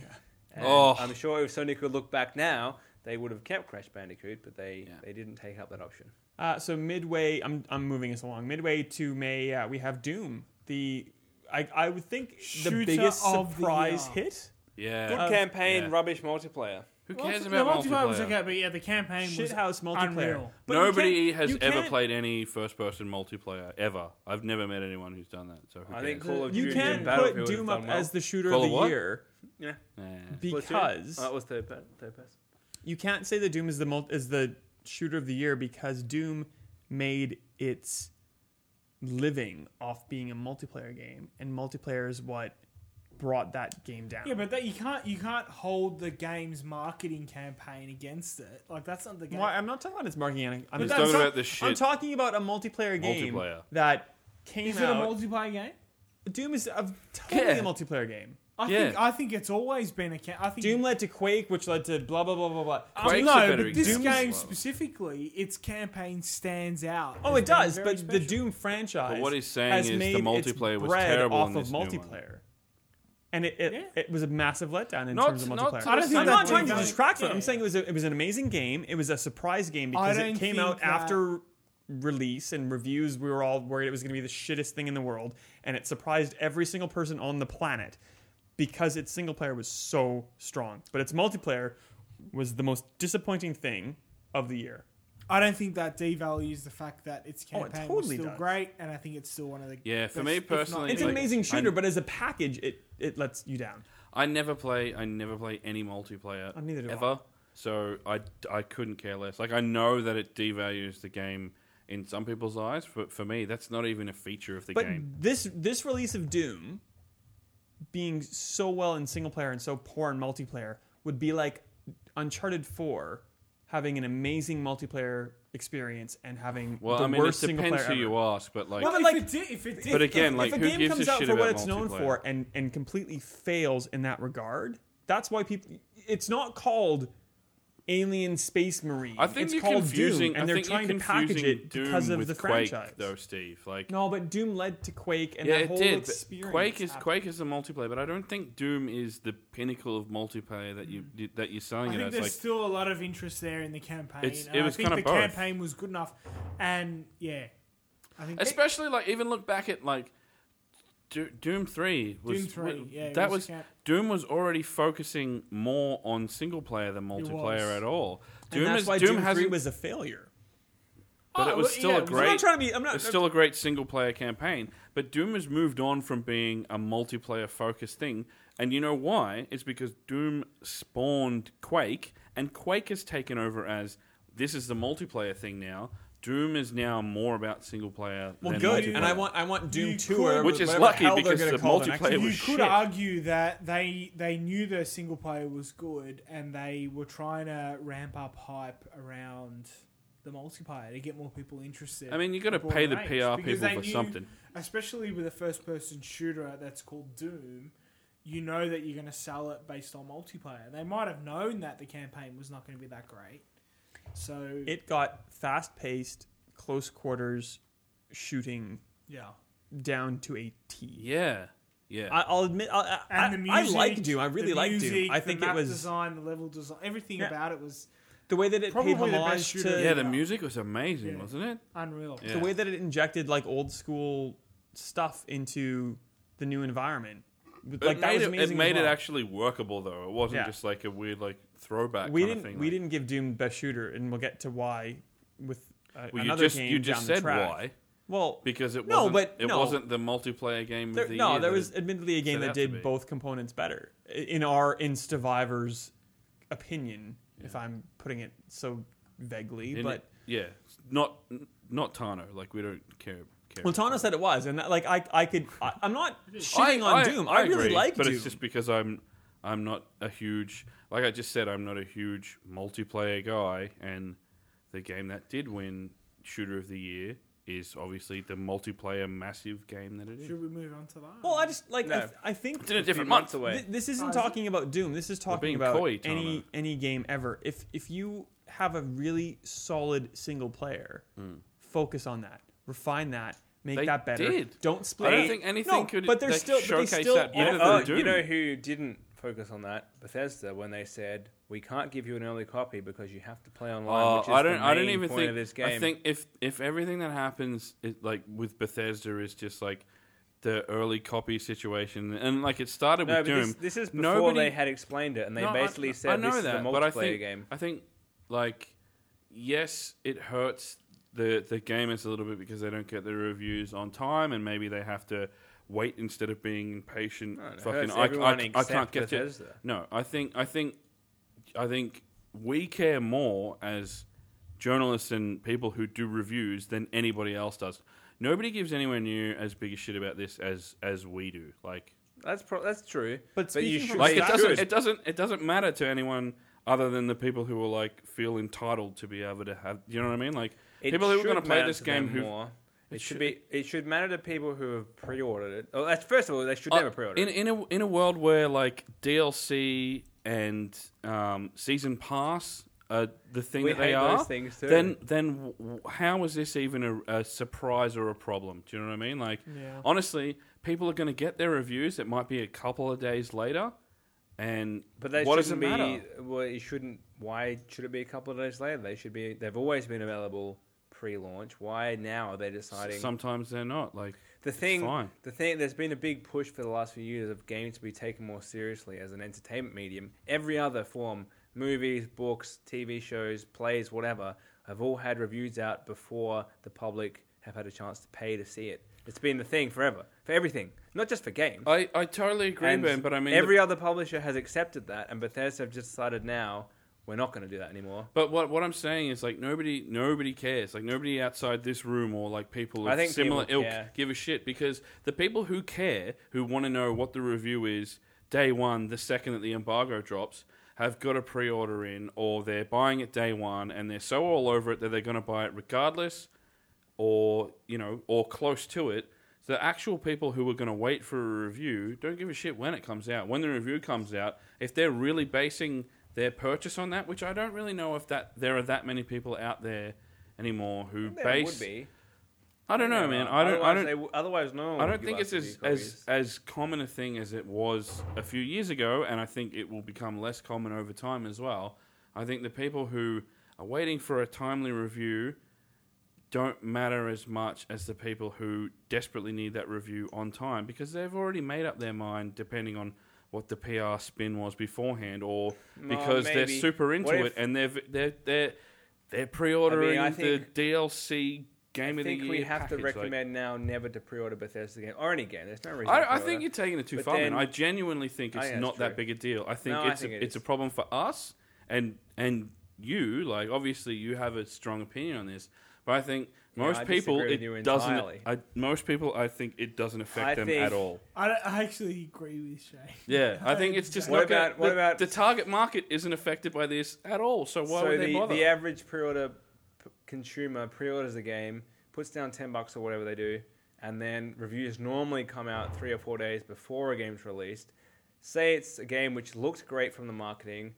And Oh. I'm sure if Sony could look back now, they would have kept Crash Bandicoot, but they Yeah. they didn't take up that option. Uh, so midway, I'm I'm moving us along. Midway to May, uh, we have Doom. The I I would think the Shooter biggest of the surprise year. hit. yeah. Good Um, campaign, yeah. rubbish multiplayer. Who Well, cares the about multiplayer? multiplayer was okay, but yeah, the campaign was Shithouse multiplayer. unreal. But you Nobody can't- has you ever can't- played any first-person multiplayer ever. I've never met anyone who's done that. So who I cares? think Call of You Duty can't and put Battlefield have Doom done up well. as the shooter Call of of the what? year yeah. Nah. because Oh, it was third, per- third person. you can't say that Doom is the mul- is the shooter of the year because Doom made its living off being a multiplayer game, and multiplayer is what brought that game down. Yeah, but that you can't you can't hold the game's marketing campaign against it. Like that's not the game. Why, I'm not talking about its marketing. I'm, I'm But just that's talking not- about the shit. I'm talking about a multiplayer game Multiplayer. that came Is it a out. multiplayer game? Doom is a totally Yeah. a multiplayer game. I Yeah. think I think it's always been a ca- I think Doom led to Quake, which led to blah blah blah blah blah. I Quake's a no, better but this example. game Doom's- specifically, its campaign stands out. Oh, as it does, but being very the special. Doom franchise. But what he's saying has is the made its multiplayer was bread terrible off in of this new one. multiplayer, and it it, Yeah. it was a massive letdown in Not- terms of not- multiplayer. I don't think am that not trying to game- distract from. it. Yeah. I'm saying it was a, it was an amazing game. It was a surprise game because it don't came think out that- after release and reviews. We were all worried it was going to be the shittest thing in the world, and it surprised every single person on the planet because its single player was so strong. But its multiplayer was the most disappointing thing of the year. I don't think that devalues the fact that its Oh, it campaign was totally still does. great, and I think it's still one of the Yeah, for best, me if not personally, the It's like- an best. amazing shooter, I'm- but as a package, it it lets you down. I never play. I never play any multiplayer. Oh, neither do I. ever. So I, I couldn't care less. Like I know that it devalues the game in some people's eyes, but for me, that's not even a feature of the But game. this this release of Doom being so well in single player and so poor in multiplayer would be like Uncharted 4 having an amazing multiplayer experience and having Well, the I mean, it worst single depends player who you ever. ask, but like, Well, Well, but if like- it did, if it did, But again, like, if a who game gives comes a out shit for what about it's known multiplayer? for and and completely fails in that regard, that's why people it's not called Alien Space Marine. I think it's you're called Doom, confusing. and I they're think trying you're to package confusing it Doom because of with the Quake, franchise. though, Steve. Like, No, but Doom led to Quake, and yeah, that it whole did. But experience. Quake is happened. Quake is the multiplayer, but I don't think Doom is the pinnacle of multiplayer that you, Mm. you that you're selling I it think as. there's like, still a lot of interest there in the campaign. It's- and it was I think kind of the both. campaign was good enough, and yeah, I think especially like even look back at like Do- Doom Three. Was, Doom 3, w- yeah, it that was was, a cap- Doom was already focusing more on single player than multiplayer was. at all. And Doom that's is why Doom, Doom, Three hasn't, was a failure. but Oh, it was well, still yeah, a it was- I'm I'm not great. trying to be. I'm not. It's still a great single player campaign, but Doom has moved on from being a multiplayer focused thing. And you know why? It's because Doom spawned Quake, and Quake has taken over as this is the multiplayer thing now. Doom is now more about single player. well, than good. And I multiplayer. want. I want Doom You Two, could- or Which is whatever lucky hell they're because gonna the call it multiplayer next year. was you could shit. argue that they they knew the single player was good, and they were trying to ramp up hype around the multiplayer to get more people interested. I mean, you gotta a broader pay the range, PR because people they for something. Especially with a first person shooter that's called Doom. You know that you're going to sell it based on multiplayer. They might have known that the campaign was not going to be that great. So It got fast paced, close quarters shooting yeah, down to a T. Yeah, yeah. I, I'll admit. I, I, and the I music. like Doom. I really the like Doom. music, I the think it map was design, the level design, everything Yeah. about it was the way that it probably paid the best homage shooter. to yeah, the Yeah. music was amazing, Yeah. wasn't it? unreal. Yeah. the way that it injected like old school stuff into the new environment. Like that it was made, it, it, amazing. as made it well. actually workable though. It wasn't Yeah. just like a weird like throwback we kind didn't of thing. we like- didn't give Doom best shooter, and we'll get to why with uh, Well, you another just game you just down said the track. why Well, because it No, wasn't but it no. wasn't the multiplayer game there, of the no, year. there that was it- admittedly a game set that out to be. did both components better i- in our in survivors opinion, if I'm putting it so vaguely. in but it- yeah, not not Tano. Like we don't care. care well, Tano said it was, and that, like I I could I, I'm not shitting on I- Doom. I, really agree, like but Doom. it's just because I'm I'm not a huge like I just said I'm not a huge multiplayer guy, and the game that did win shooter of the year is obviously the multiplayer massive game that it is. Should we move on to that? well, I just like I, No. th- I think It's in a Few different month. months away. Th- this isn't Oh, is it? talking about Doom. This is talking being about coy, any Tana. any game ever. If if you have a really solid single player. Focus on that, refine that, make Hmm. They that better. did. Don't I split. don't it. think anything No, could but they're like, still- but they showcase still that all- better You Yeah, know, than oh, Doom. you know who didn't focus on that? Bethesda when they said we can't give you an early copy because you have to play online. Uh, which is I don't. The main I don't even point think. of this game. I think if if everything that happens it, like with Bethesda is just like the early copy situation, and like it started no, with but Doom. this, this is before they had explained it, and they No, I- basically said this is a multiplayer but I think, game. I think like yes, it hurts the the gamers a little bit because they don't get their reviews on time, and maybe they have to wait instead of being impatient. it fucking, hurts I, everyone I, I except can't get to. Bethesda. No, I think I think I think we care more as journalists and people who do reviews than anybody else does. Nobody gives anywhere near as big a shit about this as as we do. Like, That's pro- that's true. But you speaking should from like it That's doesn't good. it doesn't it doesn't matter to anyone other than the people who are like feel entitled to be able to have you know what I mean like It people who are going to should play matter this to game them who more. It, it should should- be. It should matter to people who have pre-ordered it. Oh, that's, first of all, they should Uh, never pre-order. in it. in a in a world where like DLC and um, season pass are the thing We that they hate are those things too. then then w- w- how is this even a, a surprise or a problem do you know what I mean like Yeah. honestly people are going to get their reviews it might be a couple of days later and But they what does it shouldn't matter be. Well, it shouldn't. Why should it be a couple of days later? They should be. They've always been available pre-launch. Why now are they deciding? sometimes they're not like the thing. fine. The thing. There's been a big push for the last few years of games to be taken more seriously as an entertainment medium. Every other form, movies, books, TV shows, plays, whatever, have all had reviews out before the public have had a chance to pay to see it. It's been the thing forever for everything, not just for games. I, I totally agree, And Ben, but I mean, every the- other publisher has accepted that, and Bethesda have just decided now we're not going to do that anymore. but what what I'm saying is like nobody nobody cares, like nobody outside this room or like people I of think similar people ilk care. give a shit because the people who care, who want to know what the review is day one, the second that the embargo drops, have got a pre-order in or they're buying it day one and they're so all over it that they're going to buy it regardless, or you know, or close to it. The actual people who are going to wait for a review don't give a shit when it comes out. When the review comes out, if they're really basing their purchase on that, which I don't really know if that there are that many people out there anymore who There base. would be. I don't know, man. I don't. Otherwise I don't. they w- otherwise, no. one I would don't give think us it's as, review as copies. as common a thing as it was a few years ago, and I think it will become less common over time as well. I think the people who are waiting for a timely review don't matter as much as the people who desperately need that review on time because they've already made up their mind depending on what the PR spin was beforehand or because they're maybe. super into What if- it and they're they're they're, they're pre-ordering I the DLC game I of the think year. we have to package, like- recommend now never to pre-order Bethesda game or any game. There's no reason. to I, I pre-order. think you're taking it too But far, then- Oh, man. I genuinely think it's yeah, that's not that true. big a deal. I think No, I it's think a, it it's a is. problem for us and and you. Like obviously, you have a strong opinion on this, but I think Yeah, most I people disagree with you it doesn't. entirely. I, most people, I think it doesn't affect I them think- at all. I, don't- I actually agree with Shay. Yeah, I think it's just What not gonna- about- what the, about- the target market isn't affected by this at all. So why so would the, they bother? the average pre-order p- consumer pre-orders the game, puts down ten bucks or whatever they do, and then reviews normally come out three or four days before a game's released. Say it's a game which looks great from the marketing,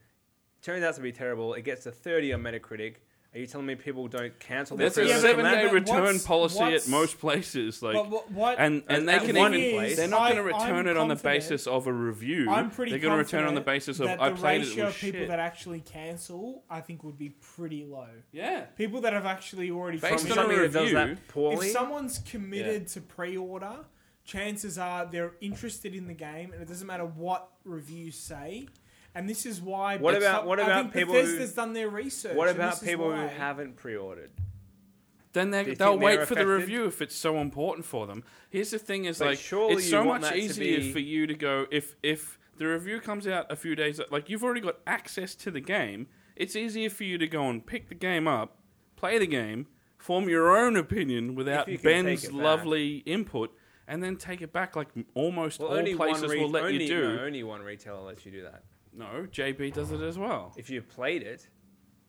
turns out to be terrible. It gets a thirty on Metacritic. Are you telling me people don't cancel their There's a Yeah, pre-orders but- from seven that? day but return what's- policy what's- at most places. Like, but what- what- and and they At can one even place- they're not going to I- I'm return it on the confident- basis of a review. I'm pretty. they're going to return on the confident basis of that I the played it. it ratio was of people shit. that actually cancel, I think, would be pretty low. yeah. People that have actually already Based From on a committed- something that does review, that poorly. If someone's committed to pre-order, chances are they're interested in the game, and it doesn't matter what reviews say. And this is why. What Beth- about- what I about think people who- Bethesda's done their research? what and about this is people why. who haven't pre-ordered? Then they, Do you they'll think they're wait for the affected? review if it's so important for them. Here's the thing: is But like surely it's you so want much that to easier be- for you to go if if the review comes out a few days like you've already got access to the game. It's easier for you to go and pick the game up, play the game, form your own opinion without you can take Ben's it back. lovely input, and then take it back. Like almost Well, all only places one re- will let only, you do. No, only one retailer lets you do that. No, JB does it as well. If you've played it,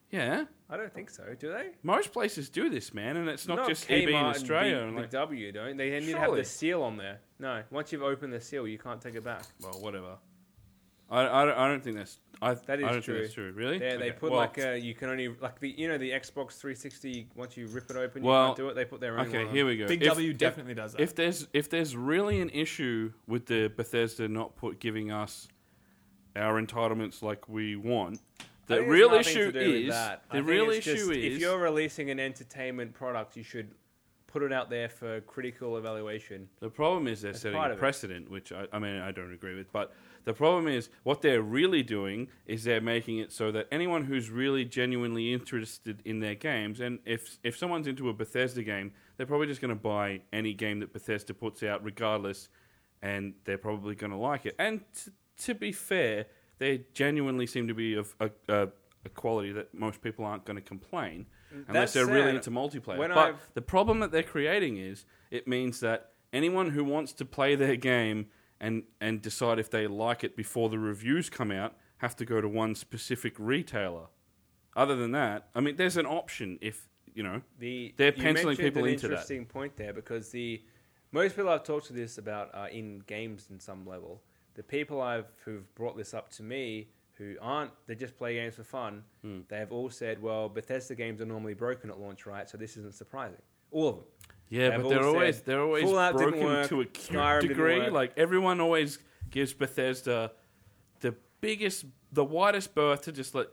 Yeah, I don't think so. Do they? most places do this, man, and it's not, just EB in Kmart and Australia. Big- and Big like, W don't they? They need to have Surely. the seal on there. No, once you've opened the seal, you can't take it back. well, whatever. I, I, don't- I don't think that's I, That I is don't true. Think that's true. Really? Yeah, they Okay. put Well, like a, you can only like the you know the Xbox 360 once you rip it open you Well, can't do it. They put their own. Okay, one here on. we go. Big If- W if- definitely does that. If there's if there's really an issue with the Bethesda not put giving us our entitlements like we want, I the think it's real nothing issue to do with is that. I the think real it's issue just, is if you're releasing an entertainment product, you should put it out there for critical evaluation. The problem is they're That's setting part a of it. precedent, which I, I mean I don't agree with. But the problem is what they're really doing is they're making it so that anyone who's really genuinely interested in their games, and if if someone's into a Bethesda game, they're probably just going to buy any game that Bethesda puts out, regardless, and they're probably going to like it. And t- to be fair, they genuinely seem to be of a, a, a quality that most people aren't going to complain. Unless That they're really said, into multiplayer. when but I've- the problem that they're creating is it means that anyone who wants to play their game and, and decide if they like it before the reviews come out have to go to one specific retailer. Other than that, I mean, there's an option if, you know, The They're you penciling mentioned people an into that. Interesting point there because the most people I've talked to this about are in games in some level. The people I've who've brought this up to me who aren't they just play games for fun. Hmm. They have all said, "Well, Bethesda games are normally broken at launch, right? So this isn't surprising." All of them. yeah, They've but they're all said, always they're always "Fallout didn't broken work, to a Skyrim cute didn't degree. work." Like everyone always gives Bethesda the biggest, the widest berth to just let,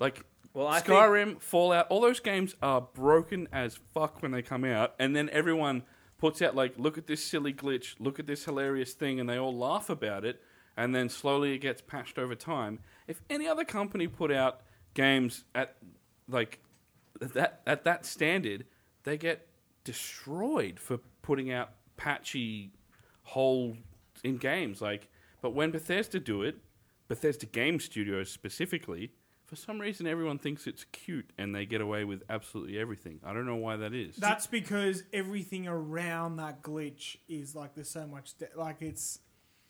like, Well, I think- Skyrim, Fallout, all those games are broken as fuck when they come out, and then everyone puts out like, look at this silly glitch, look at this hilarious thing, and they all laugh about it, and then slowly it gets patched over time. If any other company put out games at like at that at that standard, they get destroyed for putting out patchy whole in games. Like, but when Bethesda do it, Bethesda Game Studios specifically, for some reason everyone thinks it's cute and they get away with absolutely everything. I don't know why that is. That's because everything around that glitch is like there's so much de- like it's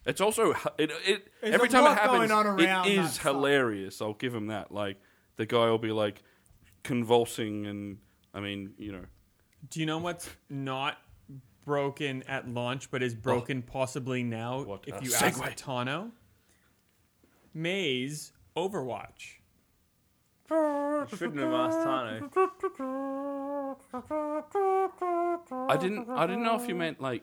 it's also it, it There's every a time it lot happens, going on around it that is stuff. hilarious. I'll give him that. Like the guy will be like convulsing and I mean, you know, Do you know what's not broken at launch but is broken possibly now? What if a you ask segue. Tano, Maze Overwatch. You shouldn't have asked Tano. I didn't I didn't know if you meant like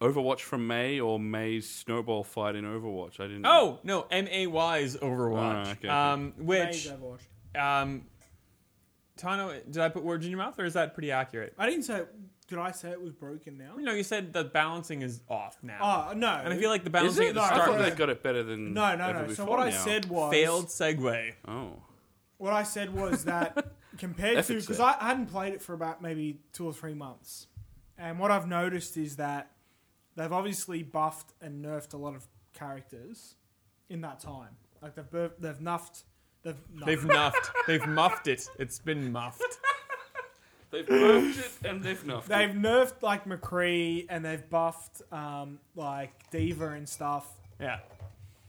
Overwatch from May or May's snowball fight in Overwatch. I didn't Oh no, M A Y's Overwatch. Hmm. Ah, okay, okay. Um, which Maze Overwatch. um, Tano, did I put words in your mouth, or is that pretty accurate? I didn't say. Did I say it was broken now? No, you said the balancing is off now, Oh no. and I feel like the Is balancing it? at the I start thought was they got it better than no, no, ever no. So before what I now. said was failed segue. Oh. What I said was that compared to Efforts because I there. hadn't played it for about maybe two or three months, and what I've noticed is that they've obviously buffed and nerfed a lot of characters in that time. Like they've bur- they've nuffed, they've nuffed. They've nuffed. They've muffed it. It's been muffed. They've nerfed it and they've nerfed They've it. nerfed like McCree and they've buffed um, like Diva and stuff. Yeah.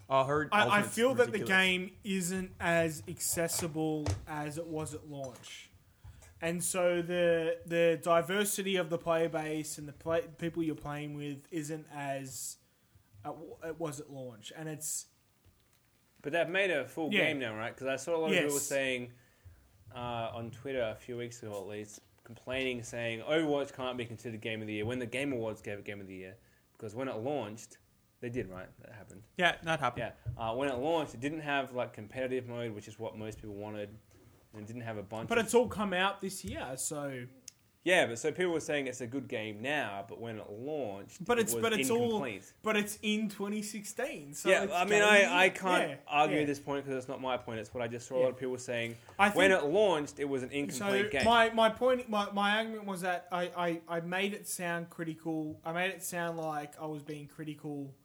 Oh, her I, I ultimate's feel that the ridiculous. game isn't as accessible as it was at launch, and so the the diversity of the player base and the play, people you're playing with isn't as at, w- it was at launch, and it's But they've made a full Yeah. game now, right? Because I saw a lot of people Yes. saying uh, on Twitter a few weeks ago, at least, complaining, saying Overwatch can't be considered Game of the Year when the Game Awards gave it Game of the Year because when it launched, they did, right? That happened. Yeah, that happened. Yeah, uh, when it launched, it didn't have like competitive mode, which is what most people wanted, and it didn't have a bunch. but of... it's all come out this year, so yeah, but so people were saying it's a good game now, but when it launched, but it it's was but it's all incomplete. but it's in 2016. So yeah, it's I mean, game- I, I can't yeah, argue yeah. this point because it's not my point. It's what I just saw a lot of people saying. I when think- it launched, it was an incomplete So game. my, my point my, my argument was that I, I, I made it sound critical I made it sound like I was being critical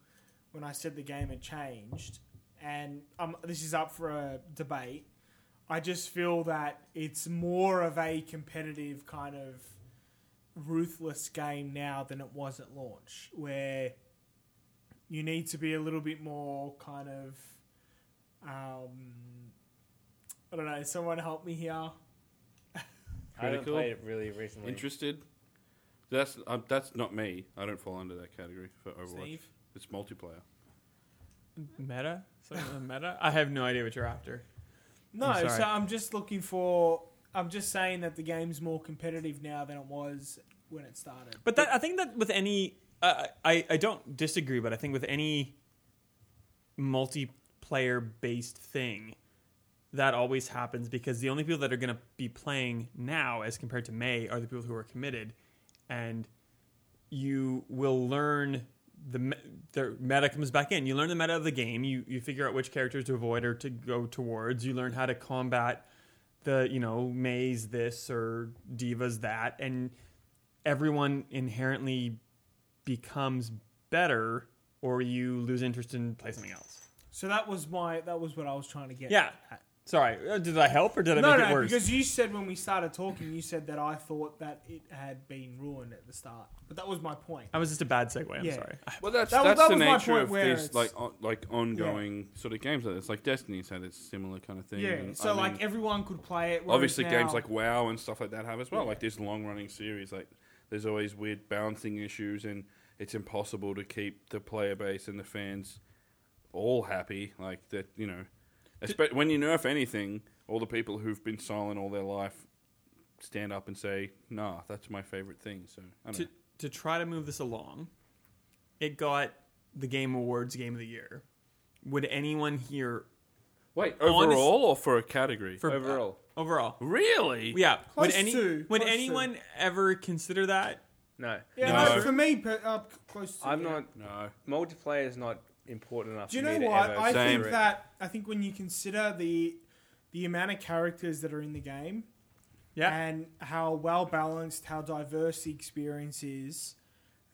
when I said the game had changed and um, this is up for a debate I just feel that it's more of a competitive kind of ruthless game now than it was at launch where you need to be a little bit more kind of um, I don't know someone help me here I haven't Critical? played it really recently. Interested? That's um, that's not me. I don't fall under that category for Overwatch. Steve? It's multiplayer. Meta? Something with a meta? I have no idea what you're after. No, I'm sorry. so I'm just looking for. I'm just saying that the game's more competitive now than it was when it started. But that I think that with any, uh, I I don't disagree, but I think with any multiplayer based thing, that always happens because the only people that are going to be playing now, as compared to May, are the people who are committed, and you will learn the me- the meta comes back in. You learn the meta of the game. You you figure out which characters to avoid or to go towards. You learn how to combat the you know May's this or Diva's that, and everyone inherently becomes better, or you lose interest and play something else. So that was my. That was what I was trying to get. Yeah. Sorry, Uh, did I help or did I No, make it no, worse? because you said when we started talking, you said that I thought that it had been ruined at the start, but that was my point. I was just a bad segue. I'm Yeah. sorry. Well, that's That was- that's that the was my nature point of where these it's- like on, like ongoing sort of games like this, like Destiny's had its similar kind of thing. Yeah, and so I like mean, everyone could play it. whereas obviously now- games like WoW and stuff like that have as well. Like these long running series, like there's always weird balancing issues, and it's impossible to keep the player base and the fans all happy. Like that, you know, espe- when you nerf anything, all the people who've been silent all their life stand up and say, "Nah, that's my favorite thing." So I don't to, to try to move this along, it got the Game Awards Game of the Year. Would anyone here wait honest- overall or for a category? for Overall. overall? really? Yeah. would Close any to, would close to. anyone ever consider that? No. Yeah, No. no, for me, per, uh, c- close. To, I'm yeah. not. No. Multiplayer is not important enough. Do you for know me what? To ever I consider Same. think it. that I think when you consider the the amount of characters that are in the game Yeah. and how well balanced, how diverse the experience is,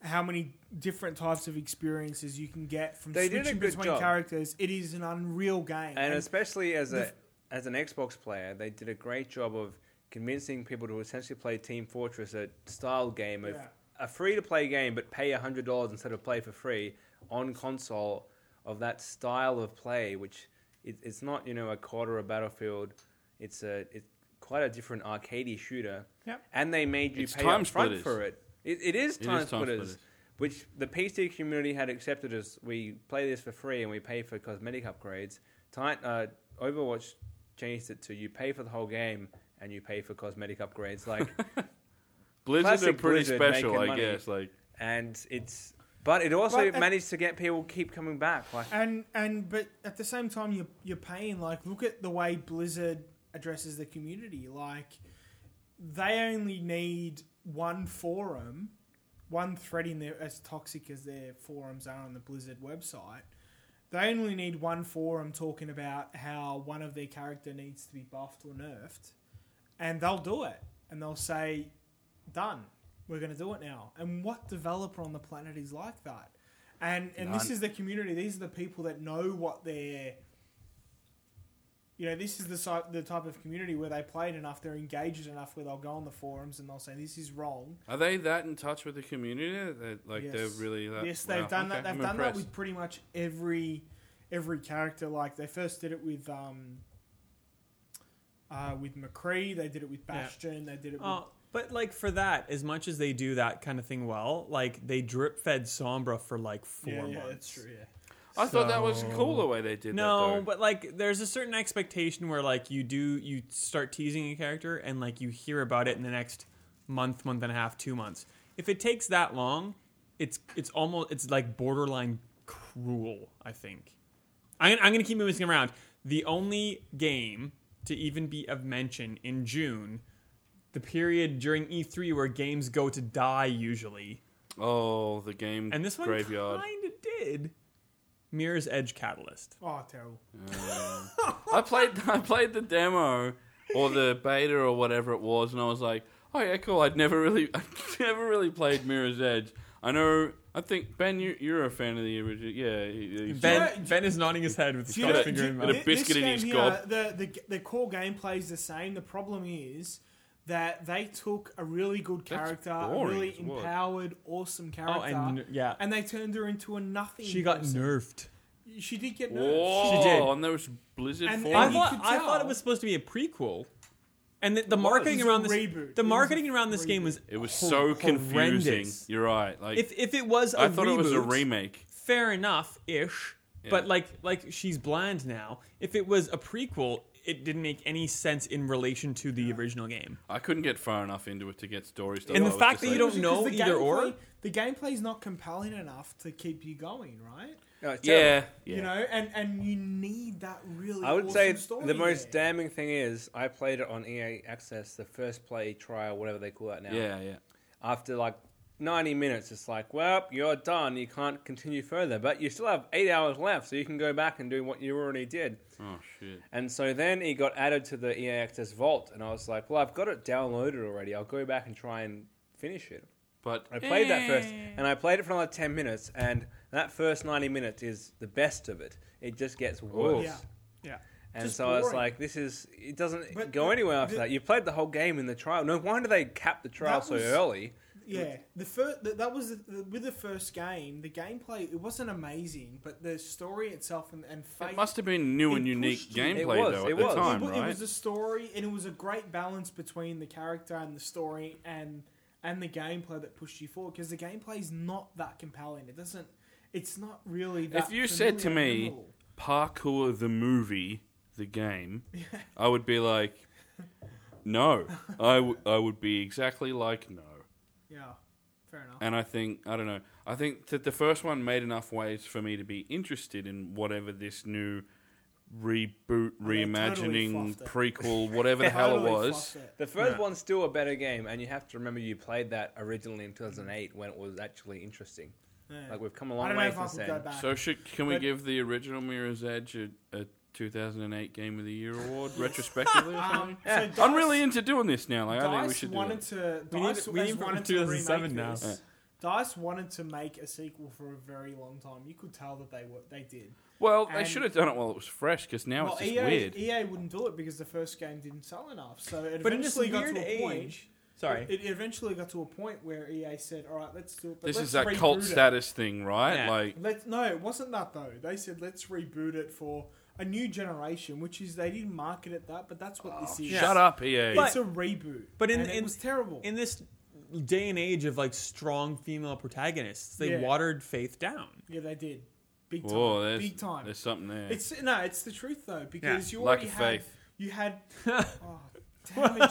how many different types of experiences you can get from They did a switching good between job. characters, it is an unreal game. and especially as a as an Xbox player, they did a great job of convincing people to essentially play Team Fortress, a style game of Yeah. a free to play game, but pay hundred dollars instead of play for free on console of that style of play, which it, it's not you know a COD or a Battlefield, it's a it's quite a different arcadey shooter. Yep. And they made you It's pay time up front splitters. for it. It, it is It time is time splitters, splitters. which the PC community had accepted as we play this for free and we pay for cosmetic upgrades. Titan, uh, Overwatch changed it to you pay for the whole game and you pay for cosmetic upgrades. Like, Blizzard are Classic pretty Blizzard special, making I money. guess. Like and it's, but it also But, uh, managed to get people keep coming back. Like, And and but at the same time, you're you're paying like look at the way Blizzard addresses the community. Like they only need one forum, one thread in there as toxic as their forums are on the Blizzard website. They only need one forum talking about how one of their character needs to be buffed or nerfed, and they'll do it. And they'll say, "Done. We're going to do it now." And what developer on the planet is like that? And and this None. is the community. These are the people that know what they're. You know, this is the si- the type of community where they play it enough, they're engaged enough, where they'll go on the forums and they'll say, "This is wrong." Are they that in touch with the community? That like Yes. they're really that. yes, they've Uh, wow, done that. okay, They've I'm done that impressed. with pretty much every every character. Like they first did it with um, uh, with McCree. They did it with Yeah. Bastion. They did it. Oh, but like for that, as much as they do that kind of thing well, like they drip fed Sombra for like four with yeah, months. yeah, that's true. Yeah. I thought that was cool the way they did that. No, though. but like there's a certain expectation where like you do you start teasing a character and like you hear about it in the next month, month and a half, two months. If it takes that long, it's it's almost it's like borderline cruel. I think. I'm, I'm gonna keep moving this around. The only game to even be of mention in June, the period during E3 where games go to die usually, oh, the game and this one graveyard. kind of did. Mirror's Edge Catalyst. Oh, terrible. I played. I played the demo or the beta or whatever it was, and I was like, oh yeah, cool. I'd never really, I never really played Mirror's Edge. I know. I think Ben, you, you're a fan of the original. Yeah, he- he's Ben, Do you know- ben is nodding his head with his Do you finger know- in do you- his And a mouth. thi- biscuit in game his here, gob. The, the the core gameplay is the same. The problem is that they took a really good That's character, a boring really as well. empowered, awesome Oh, character, and yeah, and they turned her into a nothing. she got person. nerfed. She did get nerfed. Whoa, She did. and there was Blizzard And- for I you thought could I thought tell. it was supposed to be a prequel, and the, the marketing It was around a this reboot. the It was marketing a around this game reboot. was It was hor- so confusing. horrendous. You're right. Like If if it was, I I thought it was a remake. remake. Fair enough, ish. But like like she's blind now. If it was a prequel, it didn't make any sense in relation to the original game. I couldn't get far enough into it to get story stuff. And I the was fact just that like, you don't know Because the either or? gameplay- The gameplay's not compelling enough to keep you going, right? No, it's terrible. Yeah, yeah. You know, and and you need that really. I would awesome say story the most there. damning thing is I played it on EA Access, the first play trial, whatever they call that now. yeah, yeah. After like 90 minutes, it's like, well, you're done. You can't continue further, but you still have eight hours left, so you can go back and do what you already did. Oh shit. And so then it got added to the EA Access Vault, and I was like, well, I've got it downloaded already. I'll go back and try and finish it. But I played that first, and I played it for another 10 minutes, and that first 90 minutes is the best of it. It just gets worse. Yeah. Yeah. And Just so it's boring. like, this is, it doesn't But go the- anywhere after the- that. You played the whole game in the trial. No wonder they capped the trial That so was- early. Yeah, the first that, that was the, the, with the first game. The gameplay it wasn't amazing, but the story itself and, and Eh, fate. It must have been new It and unique pushed you. gameplay It was, though it at was. the time, it, right? was a story, and it was a great balance between the character and the story and and the gameplay that pushed you forward because the gameplay is not that compelling. It doesn't. It's not really. That if you said to familiar me at all. parkour the movie the game i would be like no I, w- I would be exactly like no yeah, fair enough. and i think i don't know i think that the first one made enough waves for me to be interested in whatever this new reboot they totally reimagining fluffed it. prequel whatever the hell it Totally was fluffed it. The first one's still a better game, and you have to remember you played that originally in 2008 when it was actually interesting. Yeah. Like, we've come a I long don't know way if I since could go then. back. so should, can we But- give the original mirror's edge a, a 2008 game of the year award retrospectively or something? Um, so i'm Dice- really into doing this now like Dice i think we should do wanted it. to. We need Dice it- we has need it for wanted to 2007 remake now. this. Dice wanted to make a sequel for a very long time. You could tell that they were they did. Well, they And- should have done it while it was fresh because now well, E it's just EA weird. EA wouldn't do it because the first game didn't sell enough. So it But in this eventually got weird to a point. age. Sorry. It eventually got to a point where EA said, "All right, let's do it." But this let's is that reboot cult it." status thing, right? Yeah. Like, Let's, no, it wasn't that though. They said, "Let's reboot it for a new generation," which is they didn't market it that, but that's what this is. shut up, E EA. But- It's a reboot. Oh, But in- and it in- was terrible. In this day and age of like strong female protagonists, they Yeah. watered Faith down. yeah, they did. Big time. Whoa, there's, Big time. there's something there. It's no, it's the truth though because you Lack already of had faith. you had. Oh, damn it,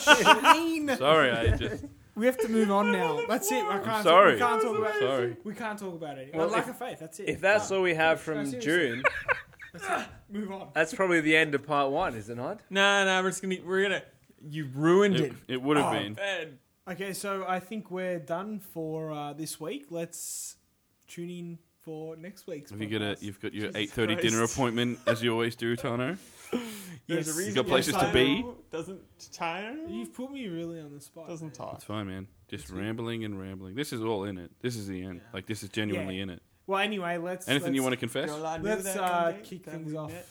Shane. Sorry, I just We have to move on now. That's it. I can't. sorry. we can't talk I'm about. sorry. We can't talk about it. Well, lack if- of faith. That's it. If that's Done. all we have No, from June, seriously. move on. Uh, that's probably the end of part one, is it not? Nah, nah, we're just gonna we're gonna you ruined it, it. it would have Oh, been. Bad. Okay, so I think we're done for uh, this week. Let's tune in for next week's. Have you got a, podcast. you've got your Jesus eight thirty Christ. dinner appointment as you always do, There's Tano. a Yes. reason got places to be? Tyro Doesn't Tyro You've put me really on the spot. doesn't talk. It's fine, man. Just rambling and rambling. This is all in it. This is the end. Like this is genuinely Yeah. in it. Well, anyway, let's. Anything you want let's- to confess? Girl, I knew Let's that uh, one day kick that things we off met.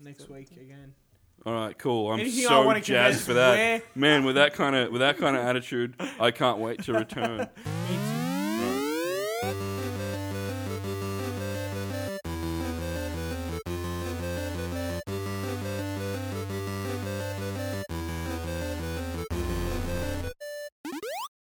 next week again. All right, cool. I'm Anything I so wanna confess jazzed for is that, where- man. With that kind of with that kind of attitude, I can't wait to return. Me too.